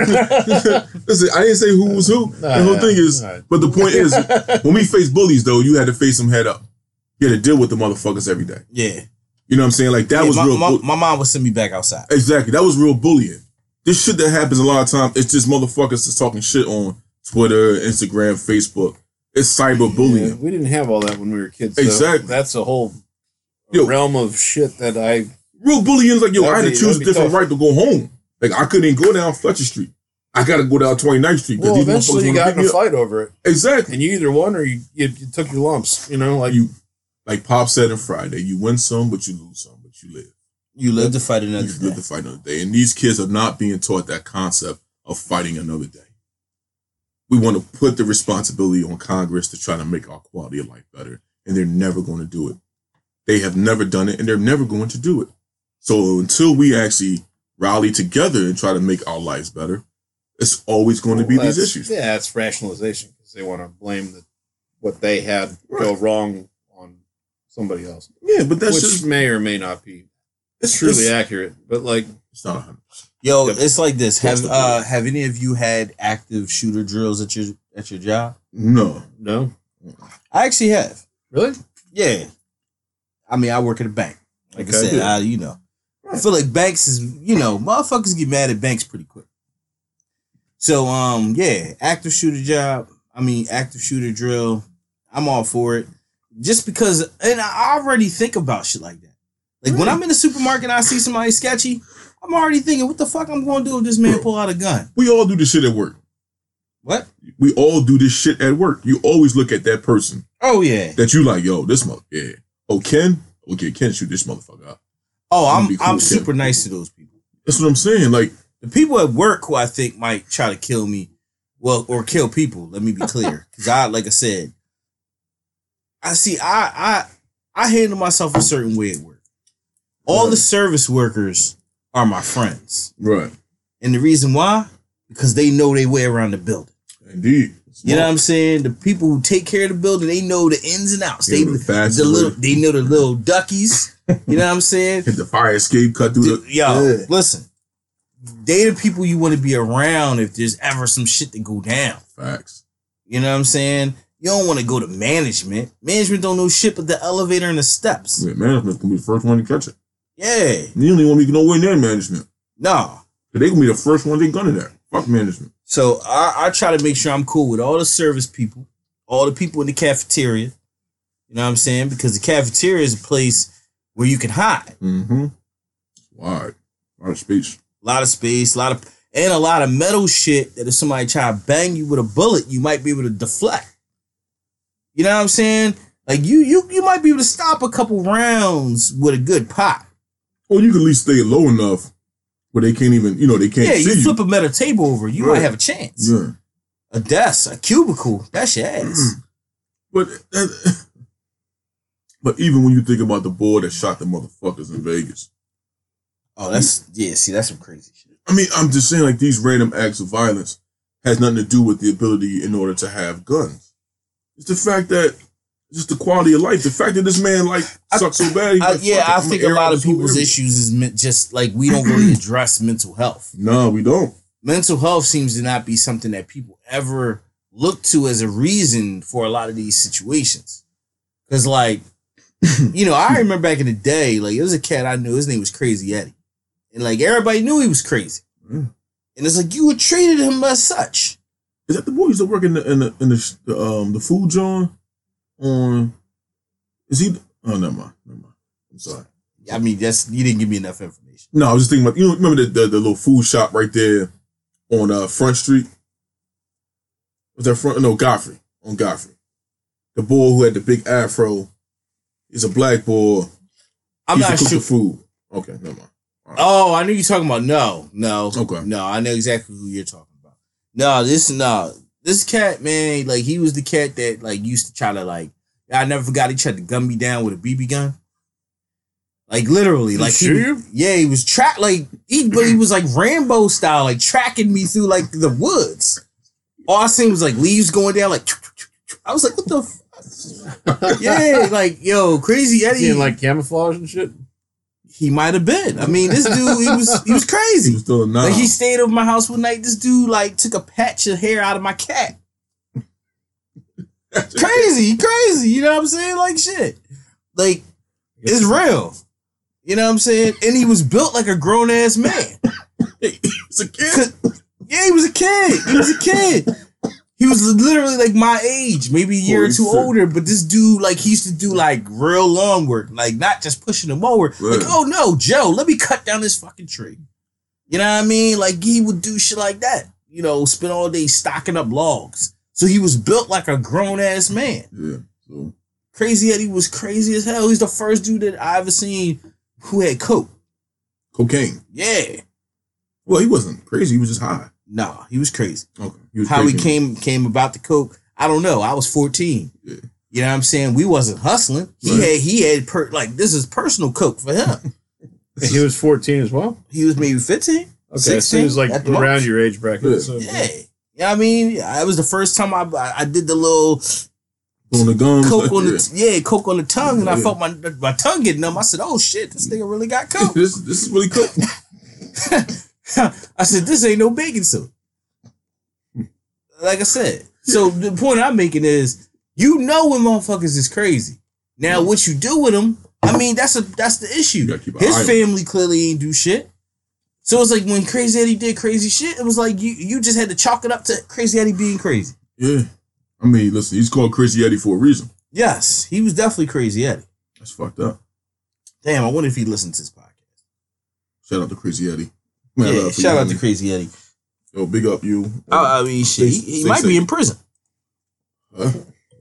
Speaker 4: though, Listen, I didn't say who was who. the whole
Speaker 2: yeah,
Speaker 4: thing is,
Speaker 2: alright.
Speaker 4: but the point is, when we face bullies, though, you had to face them head up. You had to deal with the motherfuckers every day.
Speaker 3: yeah.
Speaker 4: You know what I'm saying? Like that
Speaker 3: Yeah,
Speaker 4: was
Speaker 3: my,
Speaker 4: real.
Speaker 3: my,
Speaker 4: bu-
Speaker 3: my mom would send me back outside.
Speaker 4: exactly, that was real bullying. This shit that happens a lot of times, it's just motherfuckers just talking shit on Twitter, Instagram, Facebook. It's cyber
Speaker 2: Yeah,
Speaker 4: bullying.
Speaker 2: we didn't have all that when we were kids. so
Speaker 4: Exactly.
Speaker 2: That's a whole
Speaker 4: Yo.
Speaker 2: realm of shit that I
Speaker 4: Real bullying is like, yo, I had
Speaker 2: That'd
Speaker 4: to
Speaker 2: be-
Speaker 4: choose a
Speaker 2: that'd be
Speaker 4: different
Speaker 2: tough.
Speaker 4: right to go home. Like I couldn't even go down Fletcher Street. I gotta go down 29th Street
Speaker 2: well
Speaker 4: these motherfuckers
Speaker 2: eventually you
Speaker 4: wanna
Speaker 2: got
Speaker 4: pick
Speaker 2: in a
Speaker 4: me up.
Speaker 2: fight over it,
Speaker 4: Exactly.
Speaker 2: and you either won or you, you, you took your lumps. You know, like
Speaker 4: you like Pop said on Friday, you win some, but you lose some, but you live.
Speaker 3: You live to fight another
Speaker 4: You live
Speaker 3: day.
Speaker 4: to fight another day. And these kids are not being taught that concept of fighting another day. We want to put the responsibility on Congress to try to make our quality of life better, and they're never going to do it. They have never done it, and they're never going to do it. So until we actually rally together and try to make our lives better, it's always going to be
Speaker 2: Well,
Speaker 4: these
Speaker 2: that's-
Speaker 4: issues.
Speaker 2: Yeah, it's rationalization because they want to blame the, what they had go
Speaker 4: Right.
Speaker 2: wrong on somebody else,
Speaker 4: Yeah, but that's
Speaker 2: which
Speaker 4: just
Speaker 2: may or may not be
Speaker 4: it's
Speaker 2: truly
Speaker 4: It's,
Speaker 2: accurate. But like,
Speaker 4: it's not a hundred.
Speaker 3: Yo,
Speaker 4: Yep.
Speaker 3: it's like this. Have
Speaker 4: Across the
Speaker 3: uh,
Speaker 4: board.
Speaker 3: have any of you had active shooter drills at your at your job?
Speaker 4: No,
Speaker 2: no,
Speaker 3: I actually have.
Speaker 2: really,
Speaker 3: Yeah. I mean, I work at a bank. Like I
Speaker 2: Okay.
Speaker 3: said, I, you know, I feel like banks is, you know, motherfuckers get mad at banks pretty quick. So, um, yeah, active shooter job. I mean, active shooter drill. I'm all for it. Just because, and I already think about shit like that. Like when I'm in the supermarket, and I see somebody sketchy. I'm already thinking, what the fuck I'm going to do if this man pull out a gun?
Speaker 4: We all do this shit at work.
Speaker 3: What?
Speaker 4: We all do this shit at work. You always look at that person
Speaker 3: Oh yeah.
Speaker 4: that you like, yo, this mother, yeah. Oh, Ken? Okay, Ken, shoot this motherfucker out.
Speaker 3: Oh, I'm
Speaker 4: Be cool,
Speaker 3: I'm
Speaker 4: Kev.
Speaker 3: super nice to those people.
Speaker 4: That's what I'm saying. Like,
Speaker 3: The people at work who I think might try to kill me, well, or kill people. Let me be clear, because I, like I said, I see. I I I handle myself a certain way at work. All the service workers are my friends,
Speaker 4: right.
Speaker 3: and the reason why, because they know their way around the building.
Speaker 4: Indeed.
Speaker 3: You know what I'm saying? The people who take care of the building, they know the ins and outs.
Speaker 4: They
Speaker 3: They
Speaker 4: know the fast
Speaker 3: the little,
Speaker 4: way.
Speaker 3: they know the little duckies. You know what I'm saying?
Speaker 4: Hit the fire escape, cut through the.
Speaker 3: Yo,
Speaker 5: Yeah.
Speaker 3: listen. They the people you want to be around if there's ever some shit to go down.
Speaker 4: Facts.
Speaker 3: You know what I'm saying? You don't want to go to management. Management don't know shit but the elevator and the steps.
Speaker 4: Yeah, management's gonna be the first one to catch it.
Speaker 3: Yeah.
Speaker 4: You don't even want to be nowhere near management.
Speaker 3: Nah.
Speaker 4: They gonna be the first one they gunning at. Fuck management.
Speaker 3: So I, I try to make sure I'm cool with all the service people, all the people in the cafeteria. You know what I'm saying? Because the cafeteria is a place where you can hide.
Speaker 4: Mm-hmm. Wide. A lot of space.
Speaker 3: A lot of space, a lot of and a lot of metal shit that if somebody try to bang you with a bullet, you might be able to deflect. You know what I'm saying? Like you you you might be able to stop a couple rounds with a good pop.
Speaker 4: Or you can at least stay low enough where they can't even, you know, they can't
Speaker 3: Yeah,
Speaker 4: see
Speaker 3: you
Speaker 4: you.
Speaker 3: flip a metal table over, you might
Speaker 4: Right.
Speaker 3: have a chance.
Speaker 4: yeah.
Speaker 3: A desk, a cubicle, that's your
Speaker 4: Mm-hmm.
Speaker 3: ass.
Speaker 4: Hmm. But that, but even when you think about the boy that shot the motherfuckers in Vegas,
Speaker 3: Oh, that's yeah, see, that's some crazy shit.
Speaker 4: I mean, I'm just saying, like these random acts of violence has nothing to do with the ability in order to have guns. It's the fact that just the quality of life, the fact that this man like
Speaker 3: I-
Speaker 4: sucks so bad. he's
Speaker 3: I,
Speaker 4: like,
Speaker 3: yeah,
Speaker 4: "Fuck it,
Speaker 3: I
Speaker 4: I'ma
Speaker 3: think
Speaker 4: air
Speaker 3: a lot
Speaker 4: out
Speaker 3: of
Speaker 4: this whole
Speaker 3: people's
Speaker 4: area."
Speaker 3: issues is meant just like we don't really address mental health.
Speaker 4: No, we don't.
Speaker 3: mental health seems to not be something that people ever look to as a reason for a lot of these situations. Cause like, you know, I remember back in the day, like there was a cat I knew, his name was Crazy Eddie. And like everybody knew he was crazy.
Speaker 4: Mm.
Speaker 3: And it's like you were treated him as such.
Speaker 4: Is that the boy who used to work in the in the, in the, sh- the um the food joint? On is he? Oh, never mind, never mind. I'm sorry.
Speaker 3: I mean, that's you didn't give me enough information.
Speaker 4: No, I was just thinking about you know, remember the, the the little food shop right there on uh Front Street? Was that front no Godfrey on Godfrey. The boy who had the big afro is a black boy.
Speaker 3: I'm
Speaker 4: He
Speaker 3: not
Speaker 4: used to cook
Speaker 3: sure.
Speaker 4: the food. Okay, never mind.
Speaker 3: Oh, I knew you're talking about no, no,
Speaker 4: Okay.
Speaker 3: no. I know exactly who you're talking about. No, this no, this cat man, like he was the cat that like used to try to like. I never forgot he tried to gun me down with a BB gun. Like literally, like he,
Speaker 2: shoot
Speaker 3: was- yeah, he was track like he, but he was like Rambo style, like tracking me through like the woods. All I seen was like leaves going down, like I was like, what the. F-? yeah, like yo, crazy Eddie.
Speaker 2: Being like camouflage and shit.
Speaker 3: he might have been. I mean, this dude, he was he was crazy.
Speaker 4: He was still a nine.
Speaker 3: Like he stayed over my house one night. This dude like took a patch of hair out of my cat. crazy, crazy. You know what I'm saying? Like shit. Like it's real. You know what I'm saying? And he was built like a grown ass man.
Speaker 4: It's a kid.
Speaker 3: Yeah, he was a kid. He was a kid. He was literally like my age, maybe a year or
Speaker 4: Holy
Speaker 3: two
Speaker 4: shit.
Speaker 3: older. But this dude, like, he used to do like real lawn work, like not just pushing the mower. Like,
Speaker 4: Right.
Speaker 3: oh no, Joe, let me cut down this fucking tree. You know what I mean? Like he would do shit like that. You know, spend all day stocking up logs. So he was built like a grown ass man.
Speaker 4: Yeah. So
Speaker 3: Crazy Eddie was crazy as hell. He's the first dude that I ever seen who had coke.
Speaker 4: cocaine.
Speaker 3: Yeah,
Speaker 4: Well, he wasn't crazy, he was just high.
Speaker 3: nah, he was crazy.
Speaker 4: Okay. He was
Speaker 3: how he
Speaker 4: drinking.
Speaker 3: came came about the coke. I don't know. I was fourteen.
Speaker 4: Yeah.
Speaker 3: You know what I'm saying? We wasn't hustling. He
Speaker 4: Right.
Speaker 3: had he had per, like this is personal coke for him.
Speaker 2: And he was 14 as well.
Speaker 3: he was maybe fifteen.
Speaker 2: Okay, so he was
Speaker 3: 16
Speaker 2: like
Speaker 3: at the
Speaker 2: around
Speaker 3: most.
Speaker 2: your age bracket.
Speaker 4: Yeah.
Speaker 2: So,
Speaker 3: Yeah. You know what I mean? I it was the first time I I- I did the little
Speaker 4: on the gums.
Speaker 3: coke on
Speaker 4: Yeah.
Speaker 3: the yeah coke on the tongue, and I
Speaker 4: Yeah.
Speaker 3: felt my my tongue get numb. I said, "Oh shit, this nigga really got coke."
Speaker 4: this this is really cool.
Speaker 3: I said, "This ain't no baking soda." Like I said, so the point I'm making is, you know, when motherfuckers is crazy, Now, what you do with him? I mean, that's a that's the
Speaker 4: You
Speaker 3: issue.
Speaker 4: gotta keep an eye
Speaker 3: His
Speaker 4: on
Speaker 3: family clearly ain't do shit. So it's like when Crazy Eddie did crazy shit, it was like you you just had to chalk it up to Crazy Eddie being crazy.
Speaker 4: Yeah. I mean, listen, he's called Crazy Eddie for a reason.
Speaker 3: Yes, he was definitely Crazy Eddie.
Speaker 4: That's fucked up.
Speaker 3: Damn, I wonder if he listened to this podcast.
Speaker 4: Shout out to Crazy Eddie. Man, I
Speaker 3: Yeah,
Speaker 4: love for
Speaker 3: shout
Speaker 4: you,
Speaker 3: out to
Speaker 4: homie.
Speaker 3: Crazy Eddie.
Speaker 4: Yo, big up you.
Speaker 3: I, I mean, shit, he, he
Speaker 4: Say-
Speaker 3: might
Speaker 4: say-
Speaker 3: be in prison.
Speaker 4: Huh?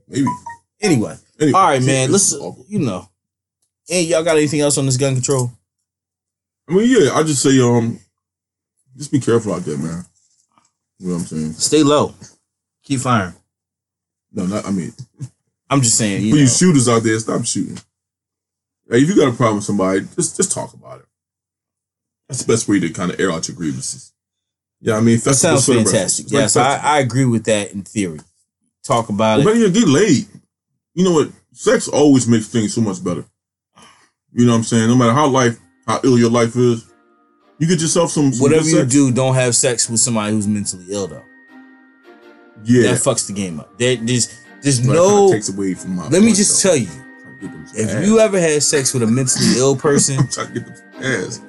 Speaker 4: Maybe.
Speaker 3: Anyway,
Speaker 4: Anyway,
Speaker 3: all right, man.
Speaker 4: this is
Speaker 3: Listen,
Speaker 4: awful.
Speaker 3: you know, and y'all got anything else on this gun control?
Speaker 4: I mean, yeah, I just say, um, just be careful out there, man. You know what I'm saying?
Speaker 3: Stay low, keep firing.
Speaker 4: No, not, I mean,
Speaker 3: I'm just saying, you
Speaker 4: for
Speaker 3: know,
Speaker 4: you shooters out there, stop shooting. Hey, if you got a problem with somebody, just just talk about it. That's the best way to kind of air out your grievances. Yeah, I mean,
Speaker 3: that
Speaker 4: festival
Speaker 3: sounds
Speaker 4: celebrations.
Speaker 3: fantastic.
Speaker 4: It's like
Speaker 3: Yes, I, I agree with that in theory. Talk about
Speaker 4: Well,
Speaker 3: it.
Speaker 4: better yet, get laid. You know what? Sex always makes things so much better. You know what I'm saying? No matter how life, how ill your life is, you get yourself some, some
Speaker 3: Whatever
Speaker 4: good
Speaker 3: you
Speaker 4: sex.
Speaker 3: do, don't have sex with somebody who's mentally ill though.
Speaker 4: Yeah,
Speaker 3: That fucks the game up. There, there's there's
Speaker 4: But that
Speaker 3: no.
Speaker 4: kinda takes away from my.
Speaker 3: Let me just tell you, if you
Speaker 4: have,
Speaker 3: ever had sex with a mentally ill person,
Speaker 4: I'm trying to get them ass.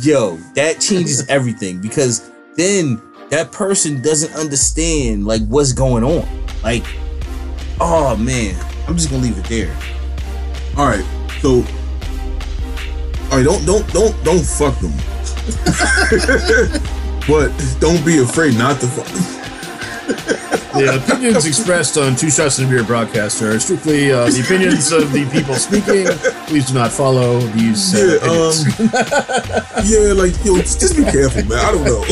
Speaker 3: yo, that changes everything because then that person doesn't understand like what's going on. Like, oh man, I'm just gonna leave it there.
Speaker 4: All right, so. All right, don't don't don't don't fuck them. but don't be afraid not to fuck them.
Speaker 2: The opinions expressed on Two Shots and a Beer broadcast are strictly uh, the opinions of the people speaking. Please do not follow these uh,
Speaker 4: Yeah, um,
Speaker 2: opinions.
Speaker 4: yeah, like yo, just be careful, man. I don't know.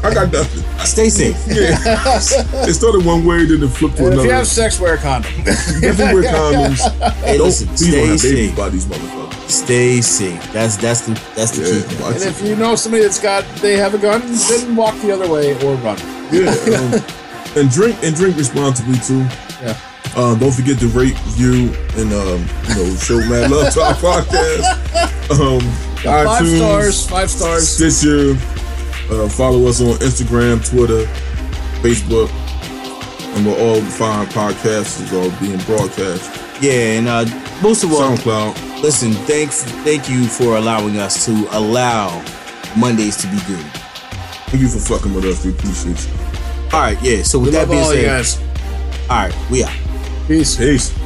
Speaker 4: I got nothing.
Speaker 3: Stay safe.
Speaker 4: Yeah. it started one way, then it flipped
Speaker 2: And
Speaker 4: to
Speaker 2: if
Speaker 4: another.
Speaker 2: you have sex, wear a condom.
Speaker 4: Definitely wear condoms.
Speaker 3: Hey,
Speaker 4: don't,
Speaker 3: listen,
Speaker 4: please don't
Speaker 3: stay safe.
Speaker 4: have babies by these motherfuckers.
Speaker 3: Stay safe. That's that's the that's the key.
Speaker 4: Yeah,
Speaker 3: thing.
Speaker 4: watch
Speaker 2: And
Speaker 4: it.
Speaker 2: if you know somebody that's got, they have a gun, then walk the other way or run.
Speaker 4: Yeah, um, and drink and drink responsibly too.
Speaker 2: Yeah.
Speaker 4: Uh, don't forget to rate, view, and um, you know, show mad love to our podcast. Um,
Speaker 2: Five
Speaker 4: iTunes,
Speaker 2: stars, five stars.
Speaker 4: Stitcher. Uh, follow us on Instagram, Twitter, Facebook, and we're all fine podcasts is all being broadcast.
Speaker 3: Yeah, and uh, most of all,
Speaker 4: SoundCloud,
Speaker 3: listen. Thanks, thank you for allowing us to allow Mondays to be good.
Speaker 4: thank you for fucking with us. We appreciate you.
Speaker 3: All right, yeah. So with
Speaker 2: We
Speaker 3: that
Speaker 2: love
Speaker 3: being
Speaker 2: all you
Speaker 3: said,
Speaker 2: guys.
Speaker 3: all right, we out.
Speaker 2: Peace.
Speaker 4: Peace.